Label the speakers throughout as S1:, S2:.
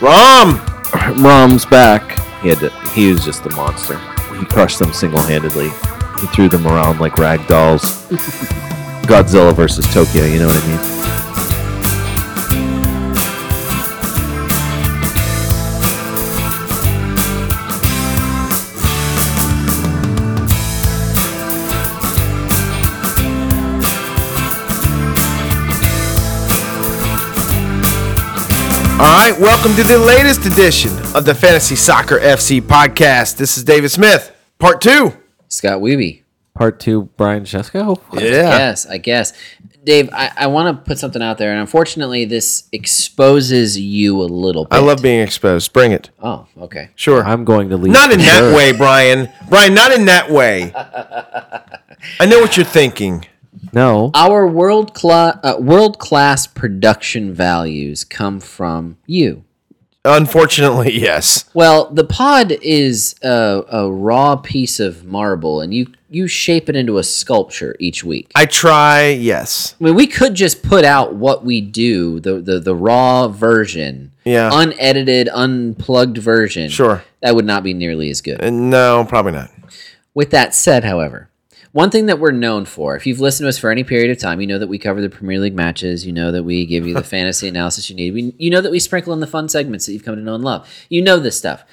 S1: Rom!
S2: Rom's back. He had to, he was just a monster. He crushed them single-handedly. He threw them around like rag dolls. Godzilla versus Tokyo, you know what I mean?
S1: All right, welcome to the latest edition of the Fantasy Soccer FC podcast. This is David Smith, part two.
S3: Scott Weeby.
S2: Part two, Brian Oh, Chesko?
S3: Yes, I guess. Dave, I, I want to put something out there, and unfortunately, this exposes you a little bit.
S1: I love being exposed. Bring it.
S3: Oh, okay.
S1: Sure.
S2: I'm going to leave.
S1: not in that way, Brian. Brian, not in that way. I know what you're thinking.
S2: No.
S3: Our world cla- uh, world class production values come from you.
S1: Unfortunately, yes.
S3: Well, the pod is a, a raw piece of marble, and you you shape it into a sculpture each week.
S1: I try, yes.
S3: I mean, we could just put out what we do, the the, the raw version,
S1: Yeah.
S3: unedited, unplugged version.
S1: Sure.
S3: that would not be nearly as good.
S1: And no, probably not.
S3: With that said, however, one thing that we're known for, if you've listened to us for any period of time, you know that we cover the Premier League matches. You know that we give you the fantasy analysis you need. We, you know that we sprinkle in the fun segments that you've come to know and love. You know this stuff.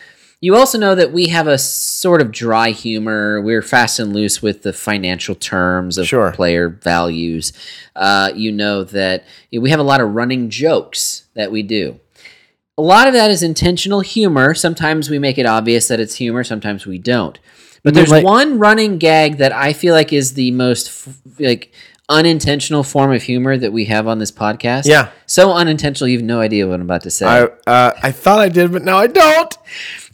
S3: You also know that we have a sort of dry humor. We're fast and loose with the financial terms of
S1: Sure.
S3: player values. Uh, you know that we have a lot of running jokes that we do a lot of that is intentional humor. Sometimes we make it obvious that it's humor, sometimes we don't. But
S2: mean
S3: there's
S2: like-
S3: one running gag that I feel like is the most f- like unintentional form of humor that we have on this podcast.
S1: Yeah.
S3: So unintentional you have no idea what I'm about to say.
S1: I uh, I thought I did, but now I don't.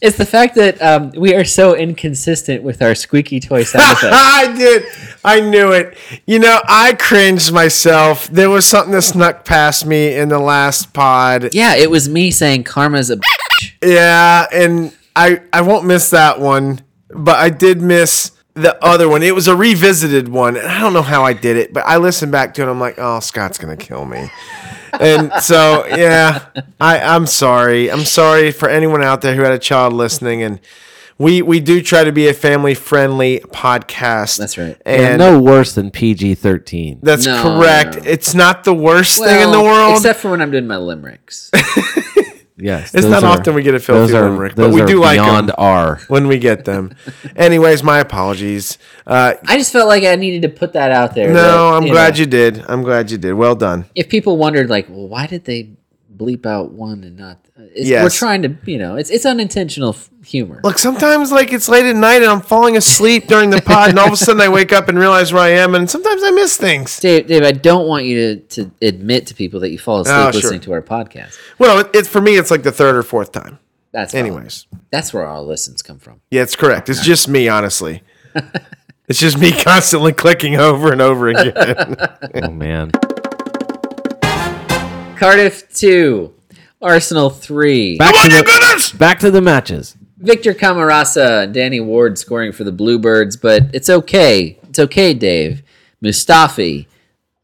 S3: it's the fact that um, we are so inconsistent with our squeaky toy sound effect.
S1: I did. I knew it. You know, I cringed myself. There was something that snuck past me in the last pod.
S3: Yeah, it was me saying karma's a bitch.
S1: Yeah, and I I won't miss that one, but I did miss the other one. It was a revisited one, and I don't know how I did it, but I listened back to it. I'm like, oh, Scott's gonna kill me. And so, yeah, I, I'm sorry. I'm sorry for anyone out there who had a child listening. And we we do try to be a family friendly podcast.
S3: That's right.
S1: And
S2: no worse than PG 13.
S1: That's
S3: No,
S1: correct.
S3: no.
S1: It's not the worst thing in the
S3: Well,
S1: world.
S3: Except for when I'm doing my limericks.
S2: Yes.
S1: It's
S2: those
S1: not
S2: are-
S1: often we get a filthy
S2: those are-
S1: limerick, but
S2: those
S1: we
S2: are
S1: do like 'em.
S2: beyond R.
S1: when we get them. Anyways, my apologies. Uh,
S3: I just felt like I needed to put that out there.
S1: no, I'm glad
S3: you.
S1: you did. I'm glad you did. Well done.
S3: if people wondered like well why did they bleep out one and not uh, it's, we're
S1: Yes.
S3: trying to you know it's it's unintentional f- humor
S1: Look, sometimes like it's late at night and I'm falling asleep during the pod, and all of a sudden I wake up and realize where I am, and sometimes I miss things.
S3: Dave, Dave, I don't want you to, to admit to people that you fall asleep
S1: Oh, sure.
S3: listening to our podcast.
S1: Well, it, it, for me, it's like the third or fourth time.
S3: That's fine.
S1: Anyways,
S3: That's where our listens come from.
S1: yeah, it's correct. It's just me, honestly. It's just me constantly clicking over and over again.
S2: Oh, man.
S3: Cardiff two, Arsenal three.
S2: Back
S1: Come on,
S2: to
S1: you
S2: the,
S1: goodness!
S2: back to the matches.
S3: Victor Camarasa and Danny Ward scoring for the Bluebirds, but it's okay. It's okay, Dave. Mustafi,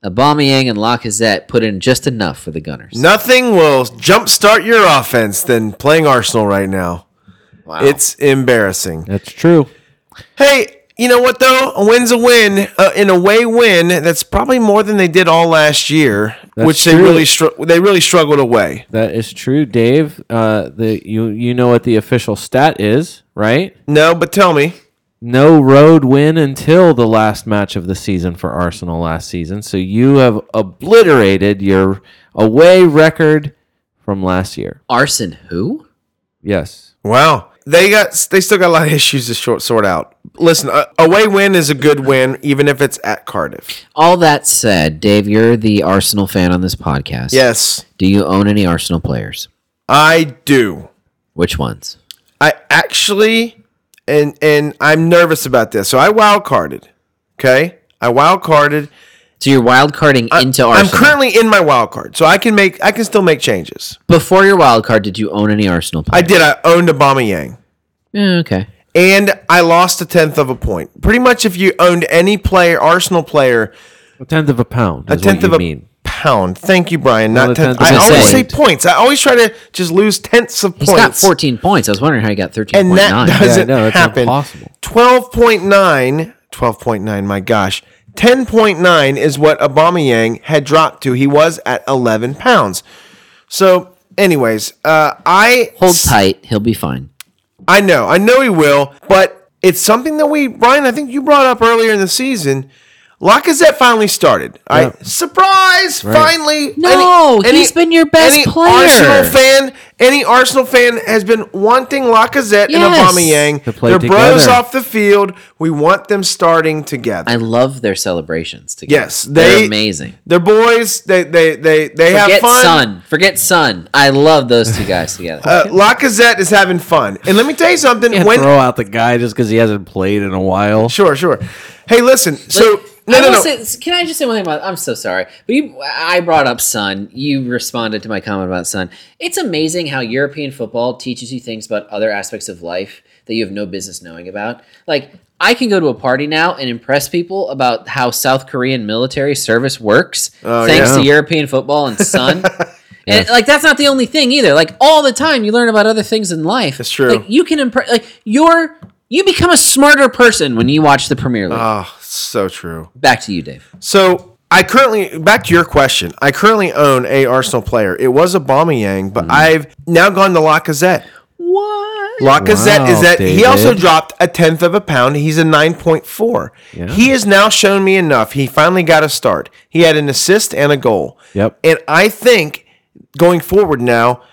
S3: Aubameyang, and Lacazette put in just enough for the Gunners.
S1: Nothing will jumpstart your offense than playing Arsenal right now.
S3: wow.
S1: It's embarrassing.
S2: That's true.
S1: Hey, you know what though? A win's a win. Uh, in a way, win. That's probably more than they did all last year,
S2: That's
S1: which they
S2: true.
S1: really str- they really struggled away.
S2: That is true, Dave. Uh, the you you know what the official stat is, right?
S1: No, but tell me.
S2: No road win until the last match of the season for Arsenal last season. So you have obliterated your away record from last year.
S3: Arson who?
S2: Yes.
S1: Wow, they got they still got a lot of issues to short sort out. Listen, a away win is a good win, even if it's at Cardiff.
S3: All that said, Dave, you're the Arsenal fan on this podcast.
S1: Yes,
S3: Do you own any Arsenal players?
S1: I do.
S3: Which ones?
S1: I actually, and and I'm nervous about this. So I wild carded. Okay, I wild carded.
S3: So you're wild carding into
S1: I'm
S3: Arsenal.
S1: currently in my wild card, so I can make I can still make changes.
S3: Before your wild card, did you own any Arsenal
S1: I
S3: players?
S1: did. I owned Obama Yang.
S3: Yeah, okay.
S1: and I lost a tenth of a point. Pretty much, if you owned any player, Arsenal player,
S2: A tenth of a pound.
S1: a
S2: Is
S1: tenth
S2: what
S1: of
S2: you
S1: a
S2: mean.
S1: pound. Thank you, Brian. Not
S2: the
S1: tenth.
S2: tenth of
S1: I
S2: a
S1: always say
S2: point.
S1: points. I always try to just lose tenths of
S3: He's
S1: points.
S3: got 14 points. I was wondering how he got 13.9.
S1: and that doesn't
S2: Yeah, I know, that's
S1: happen.
S2: impossible.
S1: 12.9, 12.9, my gosh. 10.9 is what Abamayang had dropped to. He was at 11 pounds. So, anyways, uh, I
S3: Hold tight. He'll be fine.
S1: I know, I know he will, but it's something that we, Brian, I think you brought up earlier in the season. Lacazette finally started. I surprise! Finally,
S3: No, he's been your best
S1: any
S3: player.
S1: Arsenal fan, any Arsenal fan has been wanting Lacazette
S3: Yes.
S1: and
S2: To
S1: Aubameyang.
S2: play
S1: They're bros
S2: together.
S1: off the field. We want them starting together.
S3: I love their celebrations together.
S1: yes, they
S3: are amazing.
S1: They're boys. They they they they have
S3: Forget
S1: fun.
S3: Sun. Forget Sun. I love those two guys together.
S1: Uh, Lacazette is having fun, and let me tell you something.
S2: Can't
S1: when
S2: throw out the guy just because he hasn't played in a while.
S1: sure, sure. Hey, listen. So no,
S3: I
S1: no,
S3: will
S1: no.
S3: say- can I just say one thing about? I'm so sorry, but you, I brought up Sun. You responded to my comment about Sun. It's amazing how European football teaches you things about other aspects of life that you have no business knowing about. Like I can go to a party now and impress people about how South Korean military service works thanks
S1: Oh, yeah.
S3: to European football and Sun. And like that's not the only thing either. Like all the time, you learn about other things in life. That's
S1: true.
S3: Like you can impress. Like you're you become a smarter person when you watch the Premier League.
S1: Oh, so true.
S3: Back to you, Dave.
S1: So I currently back to your question. I currently own a Arsenal player. It was Aubameyang, but I've now gone to Lacazette.
S3: What?
S1: Lacazette
S2: Wow,
S1: is that he also
S2: David.
S1: dropped a tenth of a pound. He's a nine point four. He has now shown me enough. He finally got a start. He had an assist and a goal.
S2: Yep.
S1: And I think going forward now,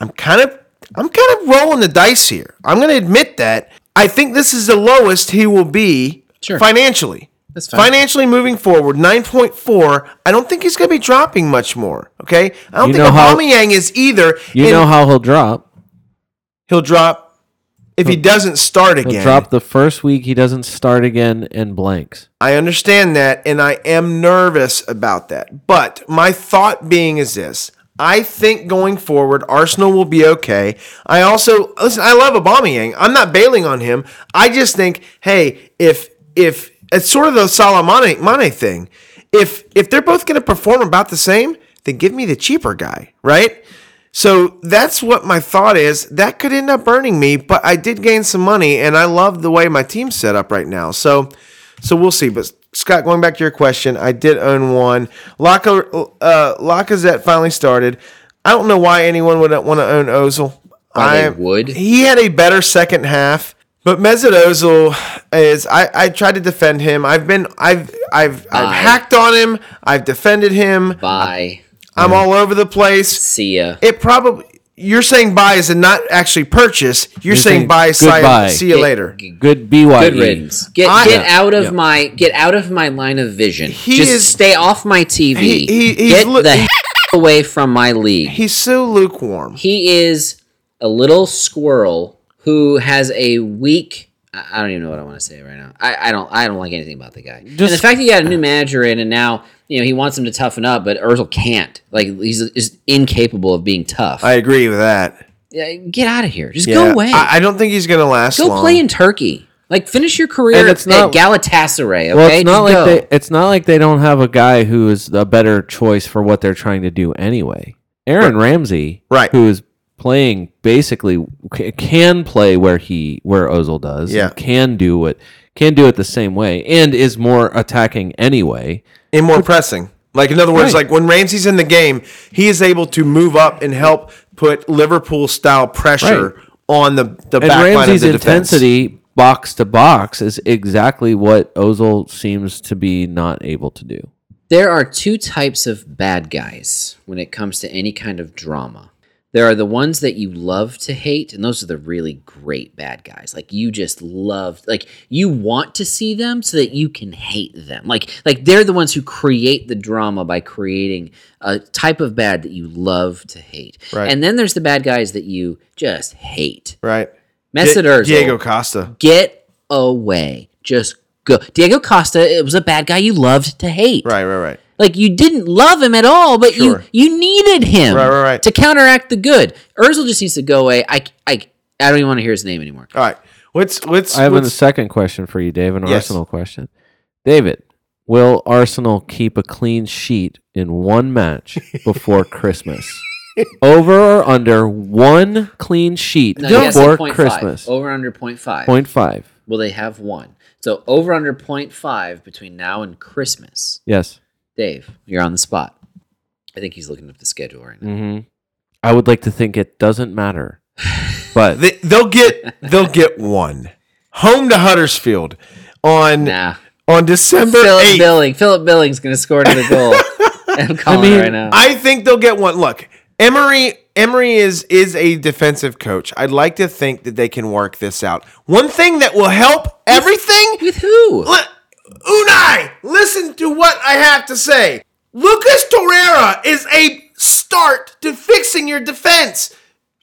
S1: I'm kind of I'm kind of rolling the dice here. I'm going to admit that. I think this is the lowest he will be
S3: Sure.
S1: financially.
S3: That's fine.
S1: Financially moving forward, 9.4. I don't think he's going to be dropping much more. Okay. I don't
S2: You
S1: think
S2: know how-
S1: Aubameyang is either.
S2: You
S1: and
S2: know how he'll drop.
S1: he'll drop if he doesn't start
S2: He'll
S1: again.
S2: drop the first week. He doesn't start again and blanks.
S1: I understand that, and I am nervous about that. But my thought being is this. I think going forward, Arsenal will be okay. I also listen. I love Aubameyang. I'm not bailing on him. I just think, hey, if if it's sort of the Salah Mane, Mane thing, if if they're both going to perform about the same, then give me the cheaper guy, right? So that's what my thought is. That could end up burning me, but I did gain some money, and I love the way my team's set up right now. So, so we'll see. But Scott, going back to your question, I did own one. Laca, uh, Lacazette finally started. I don't know why anyone would want to own Ozil.
S3: Why they
S1: I
S3: would?
S1: He had a better second half, but Mesut Ozil is. I, I tried to defend him. I've been. I've. I've. I've
S3: Bye.
S1: hacked on him. I've defended him.
S3: Bye.
S1: I'm all over the place
S3: See ya.
S1: it probably you're saying buy is a not actually purchase. You're, saying,
S2: saying
S1: buy,
S2: goodbye.
S1: sign, see you later.
S3: G-
S2: Good E. BYE.
S3: Good riddance. Get
S1: I-
S3: get out of my get out of my line of vision.
S1: He
S3: Just
S1: is-
S3: stay off my TV.
S1: He- he- he's
S3: get
S1: look-
S3: the heck away from my league.
S1: He's so lukewarm.
S3: He is a little squirrel who has a weak. I I don't even know what I want to say right now. I, I don't. I don't like anything about the guy. and the
S2: Just-
S3: fact that he got a new manager in, and now you know he wants him to toughen up, but Urzel can't. Like he's is incapable of being tough.
S1: I agree with that.
S3: Yeah, get out of here. Just
S1: Yeah.
S3: go away.
S1: I, I don't think he's gonna last
S3: go
S1: long.
S3: play in Turkey. Like finish your career
S2: And it's
S3: at
S2: not-
S3: Galatasaray. Okay,
S2: Well, it's not
S3: Just
S2: like
S3: go.
S2: they, it's not like they don't have a guy who is a better choice for what they're trying to do anyway. Aaron Ramsey,
S1: Right.
S2: who is playing basically c- can play where he where Ozil does, and
S1: Yeah.
S2: can do what can do it the same way, and is more attacking anyway.
S1: and more pressing. Like in other words,
S2: Right.
S1: like when Ramsey's in the game, he is able to move up and help put Liverpool style pressure on the the
S2: And
S1: back line of
S2: Ramsey's
S1: the defense.
S2: intensity box to box is exactly what Ozil seems to be not able to do.
S3: There are two types of bad guys when it comes to any kind of drama. There are the ones that you love to hate, and those are the really great bad guys. Like you just love, like you want to see them so that you can hate them. Like, like they're the ones who create the drama by creating a type of bad that you love to hate.
S1: Right.
S3: And then there's the bad guys that you just hate.
S1: Right.
S3: Mesut
S1: Di-
S3: Ozil
S1: Diego Costa.
S3: get away. Just go. Diego Costa, it was a bad guy you loved to hate.
S1: Right, right, right.
S3: Like you didn't love him at all, but
S1: Sure.
S3: you you needed him
S1: Right, right, right.
S3: to counteract the good. Urzel just needs to go away. I I I don't even want to hear his name anymore.
S1: All right. Let's let's
S2: I have a
S1: let's
S2: second question for you, Dave, an
S1: Yes.
S2: Arsenal question. David, Will Arsenal keep a clean sheet in one match before Christmas? Over or under one clean sheet
S3: No, you guys said
S2: before
S3: 0.5.
S2: Christmas?
S3: Over under 0.5.
S2: Point five.
S3: Will they have one? So over under 0.5 between now and Christmas.
S2: Yes.
S3: Dave, you're on the spot. I think he's looking up the schedule right now.
S1: Mm-hmm.
S2: hmm I would like to think it doesn't matter, but
S1: They, they'll get they'll get one home to Huddersfield on
S3: Nah.
S1: on December
S3: Philip
S1: eighth.
S3: Billing. Philip Billing's going to score to the goal. I'm calling it
S2: mean,
S3: right now.
S1: I think they'll get one. Look, Emery Emery is is a defensive coach. I'd like to think that they can work this out. One thing that will help everything.
S3: With who?
S1: Li- Unai, listen to what I have to say. Lucas Torreira is a start to fixing your defense.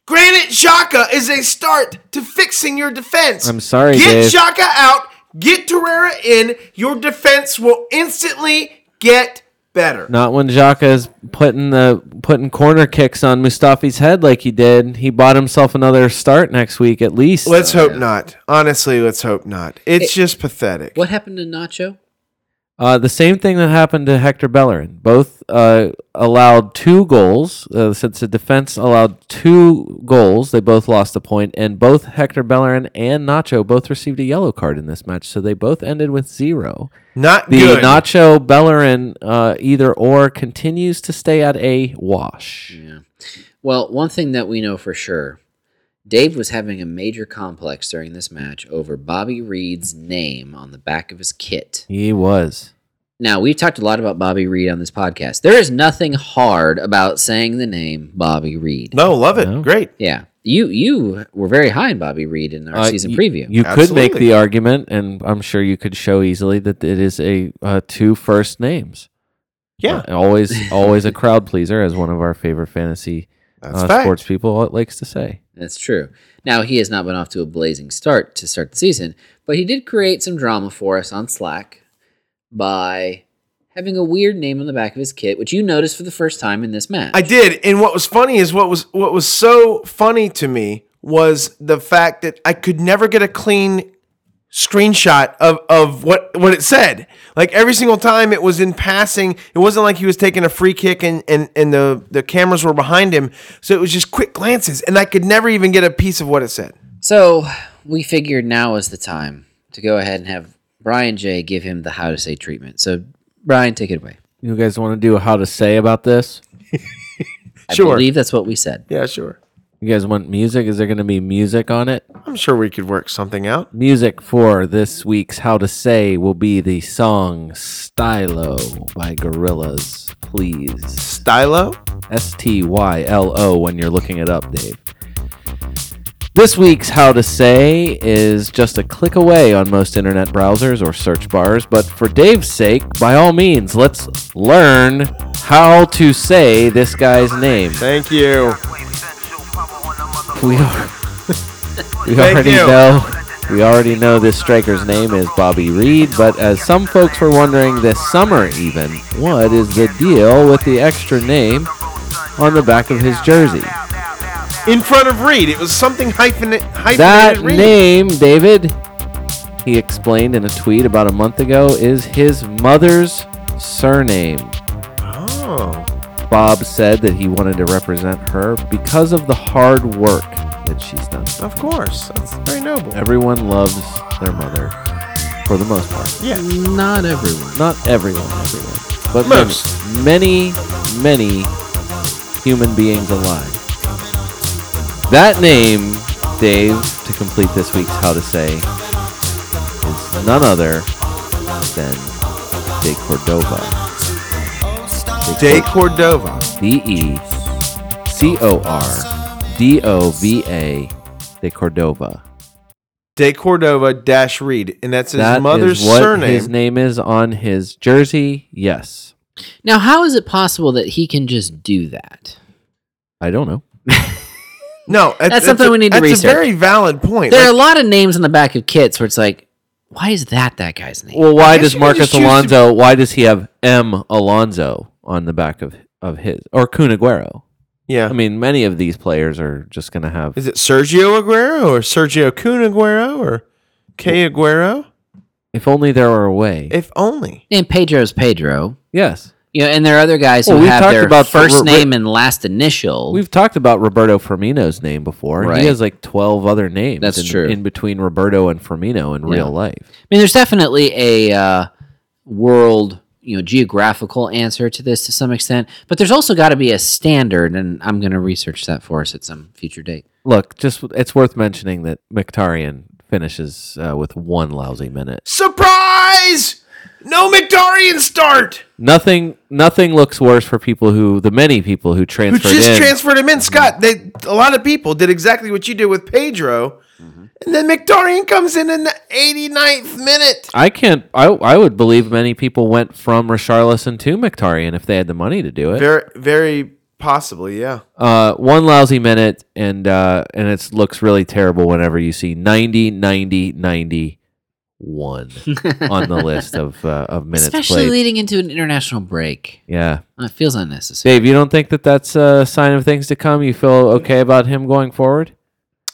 S1: Granite Xhaka is a start to fixing your defense.
S2: I'm sorry,
S1: Get
S2: Dave.
S1: Xhaka out. Get Torreira in. Your defense will instantly get better.
S2: not when Xhaka is putting the putting corner kicks on Mustafi's head like he did. He bought himself another start next week at least.
S1: Let's hope not. Honestly, let's hope not. It's just pathetic.
S3: What happened to Nacho?
S2: Uh, the same thing that happened to Hector Bellerin. Both uh, allowed two goals. Uh, since the defense allowed two goals, they both lost a point, and both Hector Bellerin and Nacho both received a yellow card in this match. So they both ended with zero.
S1: Not
S2: The
S1: good.
S2: Nacho Bellerin uh, either or continues to stay at a wash.
S3: Yeah. Well, one thing that we know for sure Dave was having a major complex during this match over Bobby Reed's name on the back of his kit.
S2: He was.
S3: Now, we've talked a lot about Bobby Reed on this podcast. There is nothing hard about saying the name Bobby Reed.
S1: no, love it.
S2: No.
S1: Great.
S3: Yeah. You you were very high in Bobby Reed in our
S2: Uh,
S3: season
S2: y-
S3: preview.
S2: You could make
S1: Absolutely.
S2: the argument, and I'm sure you could show easily that it is a uh, two first names.
S1: Yeah,
S2: Uh, always, always a crowd pleaser, as one of our favorite fantasy
S1: that's
S2: uh,
S1: fact.
S2: sports people likes to say.
S3: That's true. Now he has not been off to a blazing start to start the season, but he did create some drama for us on Slack by having a weird name on the back of his kit, which you noticed for the first time in this match.
S1: I did, and what was funny is what was what was so funny to me was the fact that I could never get a clean screenshot of of what what it said. Like every single time, it was in passing. It wasn't like he was taking a free kick and and and the the cameras were behind him, so it was just quick glances, and I could never even get a piece of what it said.
S3: So we figured now is the time to go ahead and have Brian J give him the how to say treatment. So Brian, take it away.
S2: You guys want to do a how to say about this?
S3: I
S1: Sure.
S3: believe that's what we said.
S1: Yeah, sure.
S2: You guys want music? Is there going to be music on it?
S1: I'm sure we could work something out.
S2: Music for this week's how to say will be the song "Stylo" by Gorillaz. Please.
S1: Stylo.
S2: S T Y L O when you're looking it up, Dave. This week's How to Say is just a click away on most internet browsers or search bars, but for Dave's sake, by all means, let's learn how to say this guy's name.
S1: Thank you.
S2: We, are, we
S1: Thank
S2: already
S1: you.
S2: know we already know this striker's name is Bobby Reed, but as some folks were wondering this summer even, what is the deal with the extra name on the back of his jersey?
S1: In front of Reed, it was something hyphenate. hyphenated
S2: That
S1: Reed.
S2: name, David, he explained in a tweet about a month ago, is his mother's surname.
S1: Oh,
S2: Bob said that he wanted to represent her because of the hard work that she's done.
S1: of course. That's very noble.
S2: Everyone loves their mother, for the most part.
S1: Yeah.
S3: Not everyone.
S2: Not everyone, everyone, but
S1: Most.
S2: many, many, many human beings alive. That name, Dave, to complete this week's How to Say, is none other than De Cordova.
S1: De Cordova.
S2: D E C O R D O V A De Cordova.
S1: De Cordova dash Reed, and that's his
S2: That is
S1: mother's
S2: what
S1: surname.
S2: His name is on his jersey. Yes.
S3: Now, how is it possible that he can just do that?
S2: I don't know.
S1: no, that's,
S3: something
S1: a-
S3: we need to
S1: that's
S3: research.
S1: a very valid point.
S3: There are a
S1: Like,
S3: lot of names on the back of kits where it's like, why is that that guy's name?
S2: Well, why
S1: guess
S2: does
S1: you could just
S2: Marcus
S1: choose to-
S2: Alonso? Why does he have M Alonso on the back of of his or Kun Aguero?
S1: yeah.
S2: I mean, many of these players are just going to have.
S1: is it Sergio Aguero or Sergio Kun Aguero or K Aguero?
S2: If only there were a way.
S1: If only.
S3: And Pedro's Pedro.
S2: yes.
S3: You know, and there are other guys who
S2: Well, we've
S3: have
S2: talked
S3: their
S2: about the
S3: first
S2: re-
S3: name and last initial.
S2: We've talked about Roberto Firmino's name before.
S3: Right.
S2: He has like 12 other names.
S3: That's
S2: in,
S3: true.
S2: In between Roberto and Firmino in
S3: Yeah.
S2: real life.
S3: I mean, there's definitely a uh, world, you know, geographical answer to this to some extent, but there's also got to be a standard, and I'm going to research that for us at some future date.
S2: Look, just it's worth mentioning that Mkhitaryan finishes uh, with one lousy minute.
S1: Surprise! No McDarian start.
S2: Nothing, nothing looks worse for people who the many people who
S1: Who
S2: transferred
S1: just
S2: in.
S1: transferred him in, Scott? They a lot of people did exactly what you did with Pedro,
S2: Mm-hmm.
S1: and then McDarian comes in in the 89th minute.
S2: I can't. I, I would believe many people went from Richarlison to Mkhitaryan if they had the money to do it.
S1: Very, very possibly, yeah.
S2: Uh, one lousy minute, and uh, and it looks really terrible whenever you see 90, 90, 91 on the list of uh, of minutes
S3: Especially
S2: played.
S3: leading into an international break.
S2: Yeah,
S3: Uh, It feels unnecessary.
S2: Dave, you don't think that that's a sign of things to come? You feel okay about him going forward?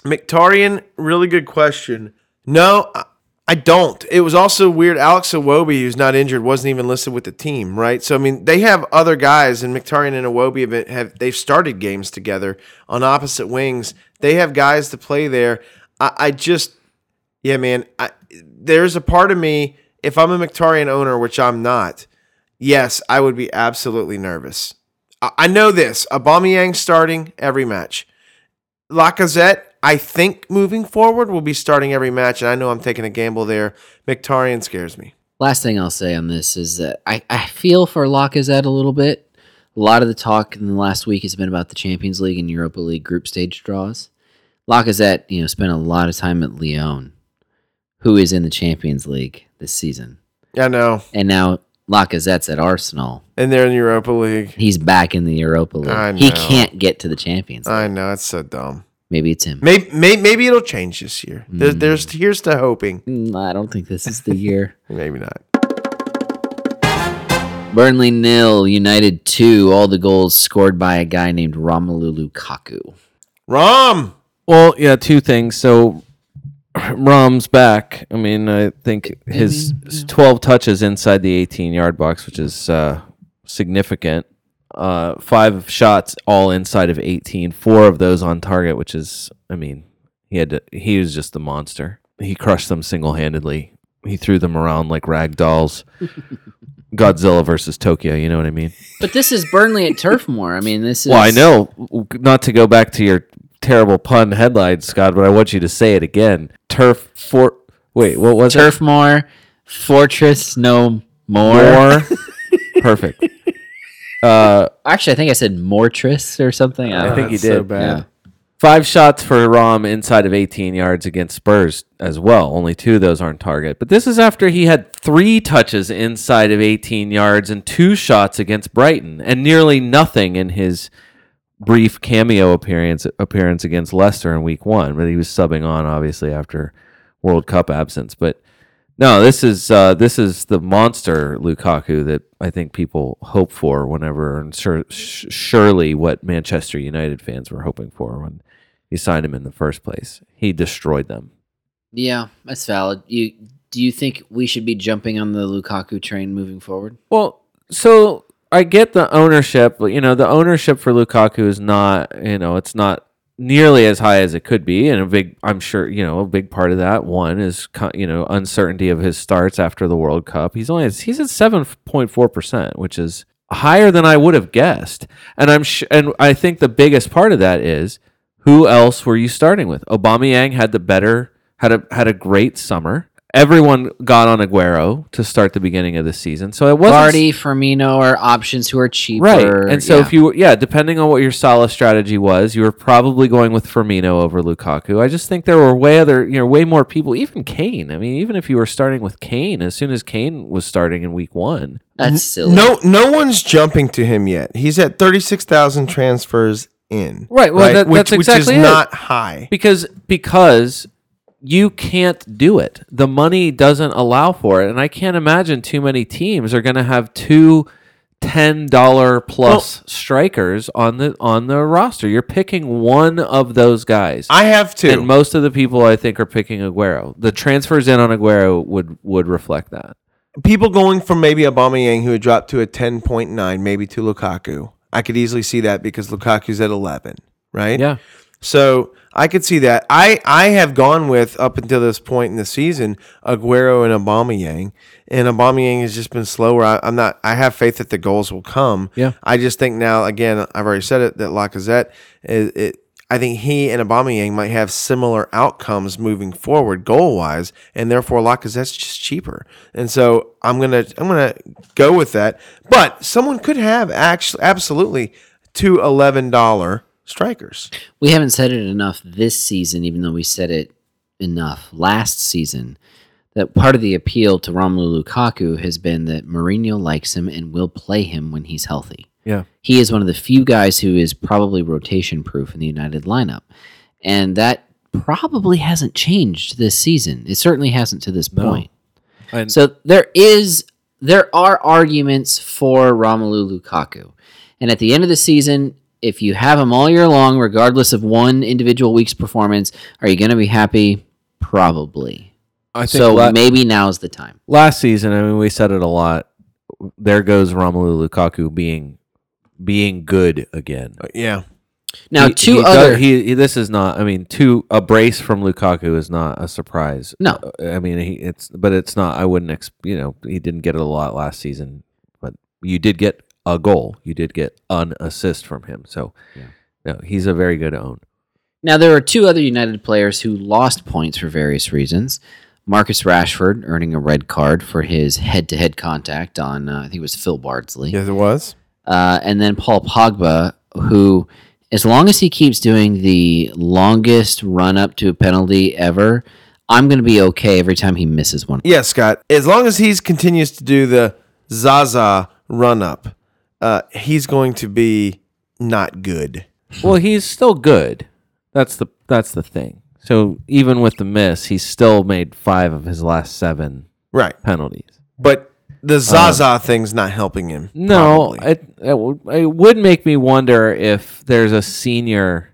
S1: Mctarian, really good question. No, I- I don't. It was also weird. Alex Awobi, who's not injured, wasn't even listed with the team, right? So I mean, they have other guys, and Mctarian and Awobi have, been, have they've started games together on opposite wings. They have guys to play there. I, I just, yeah, man. I, there's a part of me, if I'm a Mctarian owner, which I'm not, yes, I would be absolutely nervous. I, I know this. Aubameyang starting every match. Lacazette, I think moving forward will be starting every match, and I know I'm taking a gamble there. Mctarian scares me.
S3: Last thing I'll say on this is that I, I feel for Lacazette a little bit. A lot of the talk in the last week has been about the Champions League and Europa League group stage draws. Lacazette, you know, spent a lot of time at Lyon, who is in the Champions League this season.
S1: I know,
S3: And now Lacazette's at Arsenal.
S1: and they're in the Europa League.
S3: He's back in the Europa League.
S1: I
S3: He
S1: know. Uh,
S3: can't get to the Champions League.
S1: I know it's so dumb.
S3: Maybe it's him.
S1: Maybe may, maybe it'll change this year. There,
S2: Hmm.
S1: There's here's to hoping.
S3: Mm, I don't think this is the year.
S1: Maybe not.
S3: Burnley nil, United two. All the goals scored by a guy named Romelu Lukaku.
S1: Rom,
S2: Well, yeah, two things. So Rom's back. I mean, I think his 12 touches inside the 18 yard box, which is uh, significant. Uh, five shots all inside of 18, four of those on target, which is, I mean, he had to, he was just the monster. He crushed them single handedly. He threw them around like rag dolls. Godzilla versus Tokyo, you know what I mean?
S3: But this is Burnley at Turf Moor. I mean, this is.
S2: Well, I know not to go back to your terrible pun headline, Scott, but I want you to say it again. Turf for wait, what was
S3: Turf Moor, Fortress no more.
S2: it? More perfect. Uh,
S3: Actually, I think I said Mortress or something. I,
S2: I
S3: don't
S2: think you
S1: that's so
S2: did.
S3: know. Yeah.
S1: bad.
S2: Five shots for Rom inside of 18 yards against Spurs as well. Only two of those aren't target. But this is after he had three touches inside of 18 yards and two shots against Brighton and nearly nothing in his brief cameo appearance appearance against Leicester in week 1, but he was subbing on obviously after World Cup absence, but no, this is uh, this is the monster Lukaku that I think people hope for whenever, and sur- sh- surely what Manchester United fans were hoping for when you signed him in the first place. He destroyed them.
S3: Yeah, that's valid. You do you think we should be jumping on the Lukaku train moving forward?
S2: Well, so I get the ownership, but you know, the ownership for Lukaku is not, you know, it's not nearly as high as it could be, and a big, I'm sure, you know, a big part of that one is, co- you know, uncertainty of his starts after the World Cup. He's only he's at seven point four percent, which is higher than I would have guessed, and I'm sh- and I think the biggest part of that is who else were you starting with? Aubameyang had the better had a had a great summer. Everyone got on Aguero to start the beginning of the season, so it wasn't
S3: Vardy, Firmino are options who are cheaper.
S2: Right. And so
S3: Yeah.
S2: if you were, yeah, depending on what your Salah strategy was, you were probably going with Firmino over Lukaku. I just think there were way other, you know, way more people, even Kane. I mean, even if you were starting with Kane, as soon as Kane was starting in week one,
S3: that's silly.
S1: no, no one's jumping to him yet. He's at thirty six thousand transfers in.
S2: Right, well, that-
S1: which,
S2: that's
S1: which
S2: exactly
S1: is
S2: it.
S1: not high.
S2: because because you can't do it. The money doesn't allow for it, and I can't imagine too many teams are going to have two ten dollar plus strikers on the on the roster. You're picking one of those guys.
S1: I have
S2: and
S1: two.
S2: most of the people I think are picking Aguero. The transfers in on Aguero would would reflect that.
S1: People going from maybe Aubameyang, who had dropped to a ten point nine, maybe to Lukaku. I could easily see that because Lukaku's at eleven, right?
S2: Yeah.
S1: So I could see that. I I have gone with up until this point in the season Aguero and Aubameyang, and Aubameyang has just been slower. I, I'm not. I have faith that the goals will come.
S2: Yeah.
S1: I just think now again I've already said it that Lacazette is it. I think he and Aubameyang might have similar outcomes moving forward goal wise, and therefore Lacazette's just cheaper. And so I'm gonna I'm gonna go with that. But someone could have actually absolutely two eleven dollar strikers.
S3: We haven't said it enough this season, even though we said it enough last season. That part of the appeal to Romelu Lukaku has been that Mourinho likes him and will play him when he's healthy.
S2: Yeah.
S3: He is one of the few guys who is probably rotation proof in the United lineup. And that probably hasn't changed this season. It certainly hasn't to this point.
S2: And
S3: So there is there are arguments for Romelu Lukaku. And at the end of the season, if you have him all year long, regardless of one individual week's performance, are you going to be happy? Probably.
S2: I think
S3: So
S2: la-
S3: maybe now's the time.
S2: last season, I mean, we said it a lot. There goes Romelu Lukaku being being good again.
S1: Yeah.
S3: Now,
S2: He-
S3: two
S2: he does-
S3: other
S2: he, he- this is not. I mean, two a brace from Lukaku is not a surprise.
S3: No.
S2: I mean he, it's but it's not. I wouldn't. Ex, you know, he didn't get it a lot last season, but you did get a goal. You did get an assist from him. So, no, he's a very good own.
S3: Now there are two other United players who lost points for various reasons. Marcus Rashford earning a red card for his head-to-head contact on uh, I think it was Phil Bardsley.
S1: Yes, it was.
S3: uh, and then Paul Pogba, who, as long as he keeps doing the longest run up to a penalty ever, I'm going to be okay every time he misses one.
S1: Yeah, Scott. As long as he's continues to do the Zaza run up, uh, he's going to be not good.
S2: Well, he's still good. That's the that's the thing. So even with the miss, he's still made five of his last seven
S1: Right. Uh-huh.
S2: penalties.
S1: But the Zaza thing's not helping him.
S2: No,
S1: probably.
S2: it, it, w- it would make me wonder if there's a senior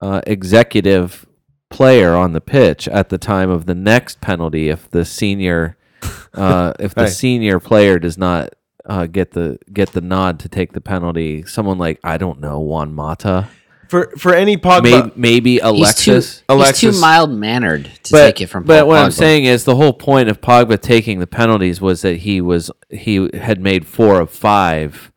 S2: uh, executive player on the pitch at the time of the next penalty if the senior uh, if the
S1: Right.
S2: senior player does not uh, get the get the nod to take the penalty. Someone like I don't know Juan Mata,
S1: For for any Pogba.
S2: maybe, maybe
S3: He's too,
S2: Alexis.
S3: he's
S1: Alexis.
S3: too mild mannered to
S2: But,
S3: take it from.
S2: but
S3: Paul
S2: what I'm
S3: Pogba.
S2: saying is the whole point of Pogba taking the penalties was that he was he had made four of five.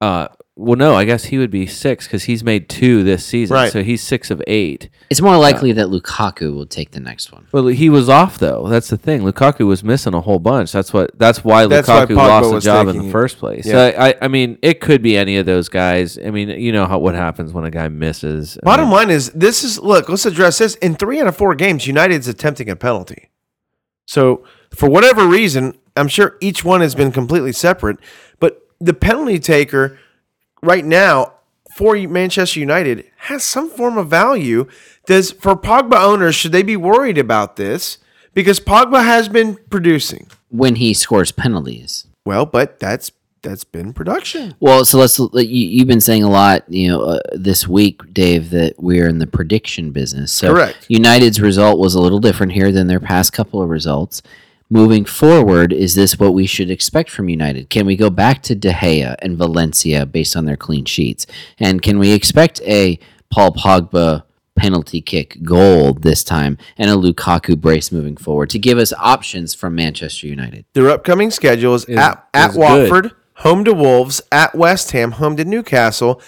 S2: Uh, well, no, I guess he would be six because he's made two this season,
S1: Right.
S2: so he's six of eight.
S3: it's more likely that Lukaku will take the next one.
S2: But he was off though. That's the thing. Lukaku was missing a whole bunch. That's what. That's why
S1: That's why
S2: Lukaku
S1: Pogba
S2: lost the
S1: was
S2: job in
S1: taking
S2: the
S1: it.
S2: first place.
S1: Yeah.
S2: So I, I, I mean, it could be any of those guys. I mean, you know how what happens when a guy misses. I
S1: Bottom
S2: mean,
S1: line is this is look, let's address this. In three out of four games, United's attempting a penalty. So for whatever reason, I'm sure each one has been completely separate, but the penalty taker right now for Manchester United has some form of value. Does for Pogba owners should they be worried about this? Because Pogba has been producing.
S3: When he scores penalties,
S1: Well, but that's that's been production.
S3: Well, so let's. let- You, you've been saying a lot, you know, uh, this week, Dave, that we're in the prediction business. So
S1: Correct.
S3: United's result was a little different here than their past couple of results. Moving forward, is this what we should expect from United? Can we go back to De Gea and Valencia based on their clean sheets? And can we expect a Paul Pogba penalty kick goal this time and a Lukaku brace moving forward to give us options from Manchester United?
S1: Their upcoming schedule is, at, at
S2: is good.
S1: Watford, home to Wolves, at West Ham, home to Newcastle.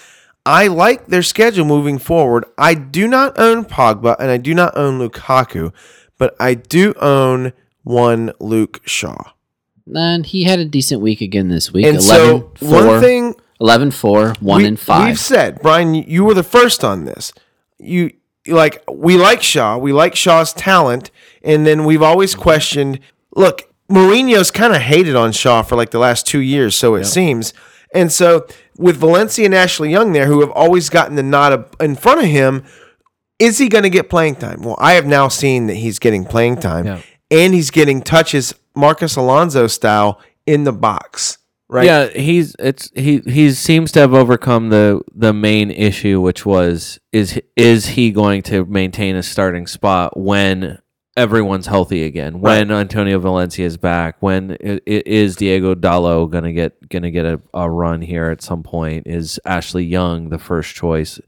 S1: I like their schedule moving forward. I do not own Pogba and I do not own Lukaku, but I do own one Luke Shaw.
S3: And he had a decent week again this week.
S1: And so, one
S3: four.
S1: thing
S3: 11 4, 1
S1: we-
S3: and 5.
S1: We've said, Brian, you- you were the first on this. You like we like Shaw, we like Shaw's talent, and then we've always questioned. Look, Mourinho's kind of hated on Shaw for like the last two years, so it seems. And so with Valencia and Ashley Young there, who have always gotten the nod up in front of him, is he going to get playing time? Well, I have now seen that he's getting playing time, and he's getting touches, Marcus Alonso style, in the box. right?
S2: Yeah, he's it's he he seems to have overcome the the main issue, which was is is he going to maintain a starting spot when everyone's healthy again? When Antonio Valencia is back? When i- i- is Diego Dallo gonna get gonna get a, a run here at some point? Is Ashley Young the first choice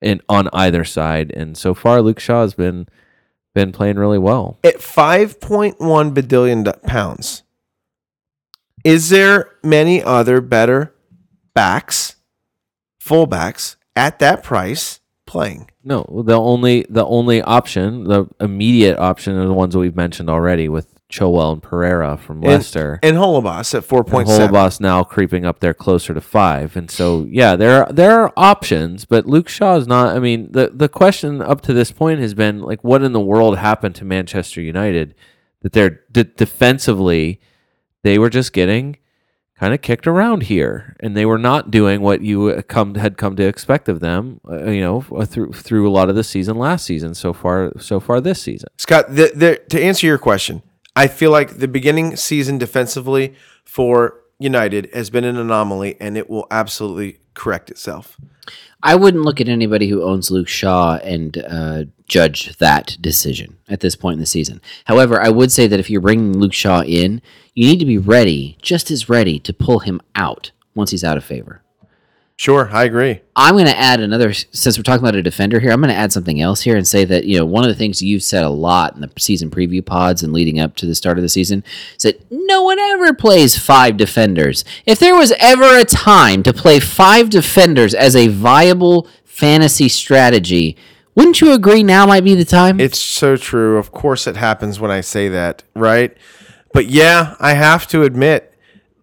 S2: in on either side? And so far, Luke Shaw has been been playing really well.
S1: At 5.1 billion pounds, is there many other better backs, fullbacks at that price playing?
S2: No, the only the only option, the immediate option, are the ones that we've mentioned already with Chilwell and Pereira from Leicester.
S1: And Holobos at 4.7.
S2: and Holobos now creeping up there closer to five, and so yeah, there are, there are options, but Luke Shaw is not. I mean, the the question up to this point has been like, what in the world happened to Manchester United that they're de- defensively they were just getting kind of kicked around here, and they were not doing what you uh, come had come to expect of them. Uh, you know, uh, through through a lot of the season last season, so far so far this season.
S1: Scott, the, the, to answer your question, I feel like the beginning season defensively for United has been an anomaly and it will absolutely correct itself.
S3: I wouldn't look at anybody who owns Luke Shaw and uh, judge that decision at this point in the season. However, I would say that if you're bringing Luke Shaw in, you need to be ready, just as ready, to pull him out once he's out of favor.
S1: Sure, I agree.
S3: I'm going to add another, since we're talking about a defender here, I'm going to add something else here and say that, you know, one of the things you've said a lot in the season preview pods and leading up to the start of the season is that no one ever plays five defenders. If there was ever a time to play five defenders as a viable fantasy strategy, wouldn't you agree now might be the time?
S1: It's so true. Of course, it happens when I say that, right? But yeah, I have to admit,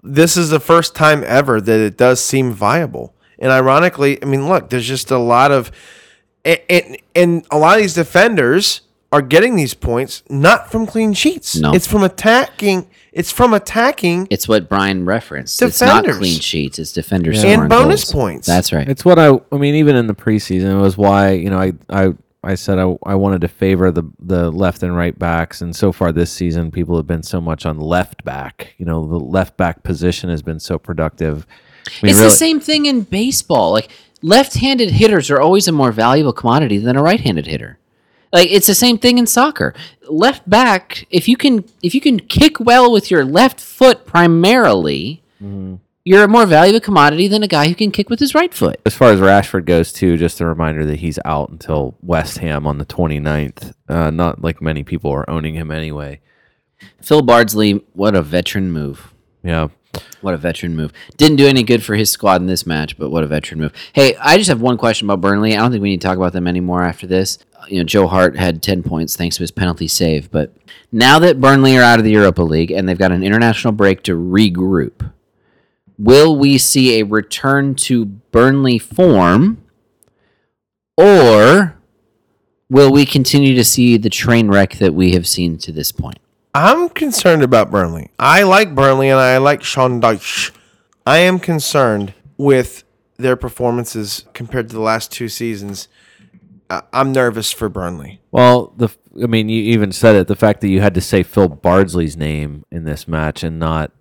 S1: this is the first time ever that it does seem viable. And ironically, I mean, look, there's just a lot of, and and, and a lot of these defenders are getting these points not from clean sheets.
S3: No.
S1: It's from attacking. It's from attacking
S3: it's what Brian referenced. It's not
S1: Defenders.
S3: clean sheets, it's defenders scoring
S1: and bonus
S3: goals.
S1: points.
S3: That's right.
S2: It's what I I mean even in the preseason it was why, you know, I I I said I, I wanted to favor the the left and right backs and so far this season people have been so much on left back. You know, the left back position has been so productive. I mean,
S3: it's
S2: really-
S3: the same thing in baseball. Like left-handed hitters are always a more valuable commodity than a right-handed hitter. Like it's the same thing in soccer. Left back, if you can if you can kick well with your left foot primarily, you're a more valuable commodity than a guy who can kick with his right foot.
S2: as far as Rashford goes too, just a reminder that he's out until West Ham on the 29th. Uh, not like many people are owning him anyway.
S3: Phil Bardsley, what a veteran move.
S2: Yeah.
S3: What a veteran move. Didn't do any good for his squad in this match, but what a veteran move. Hey, I just have one question about Burnley. I don't think we need to talk about them anymore after this. You know, Joe Hart had 10 points thanks to his penalty save, but now that Burnley are out of the Europa League and they've got an international break to regroup, will we see a return to Burnley form or will we continue to see the train wreck that we have seen to this point?
S1: I'm concerned about Burnley. I like Burnley and I like Sean Dyche. I am concerned with their performances compared to the last two seasons. I- I'm nervous for Burnley.
S2: Well, the I mean, you even said it. The fact that you had to say Phil Bardsley's name in this match and not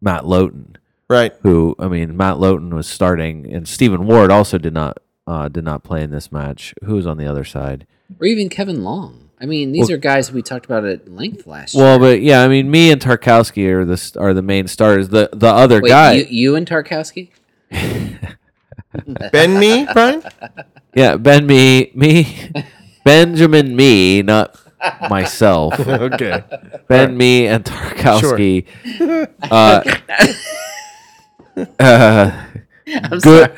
S2: Matt Lowton,
S1: Right.
S2: who I mean, Matt Lowton was starting, and Stephen Ward also did not uh, did not play in this match. Who was on the other side?
S3: or even Kevin Long. I mean, these are guys we talked about at length last year.
S2: Well, but yeah, I mean, me and Tarkowski are the st- are the main starters. The the other
S3: Wait,
S2: guy,
S3: you, you and Tarkowski?
S1: Ben me, Brian?
S2: yeah, Ben me me Benjamin me, not myself.
S1: okay.
S2: Ben me and Tarkowski. Uh, uh,
S3: I'm
S2: good
S3: sorry.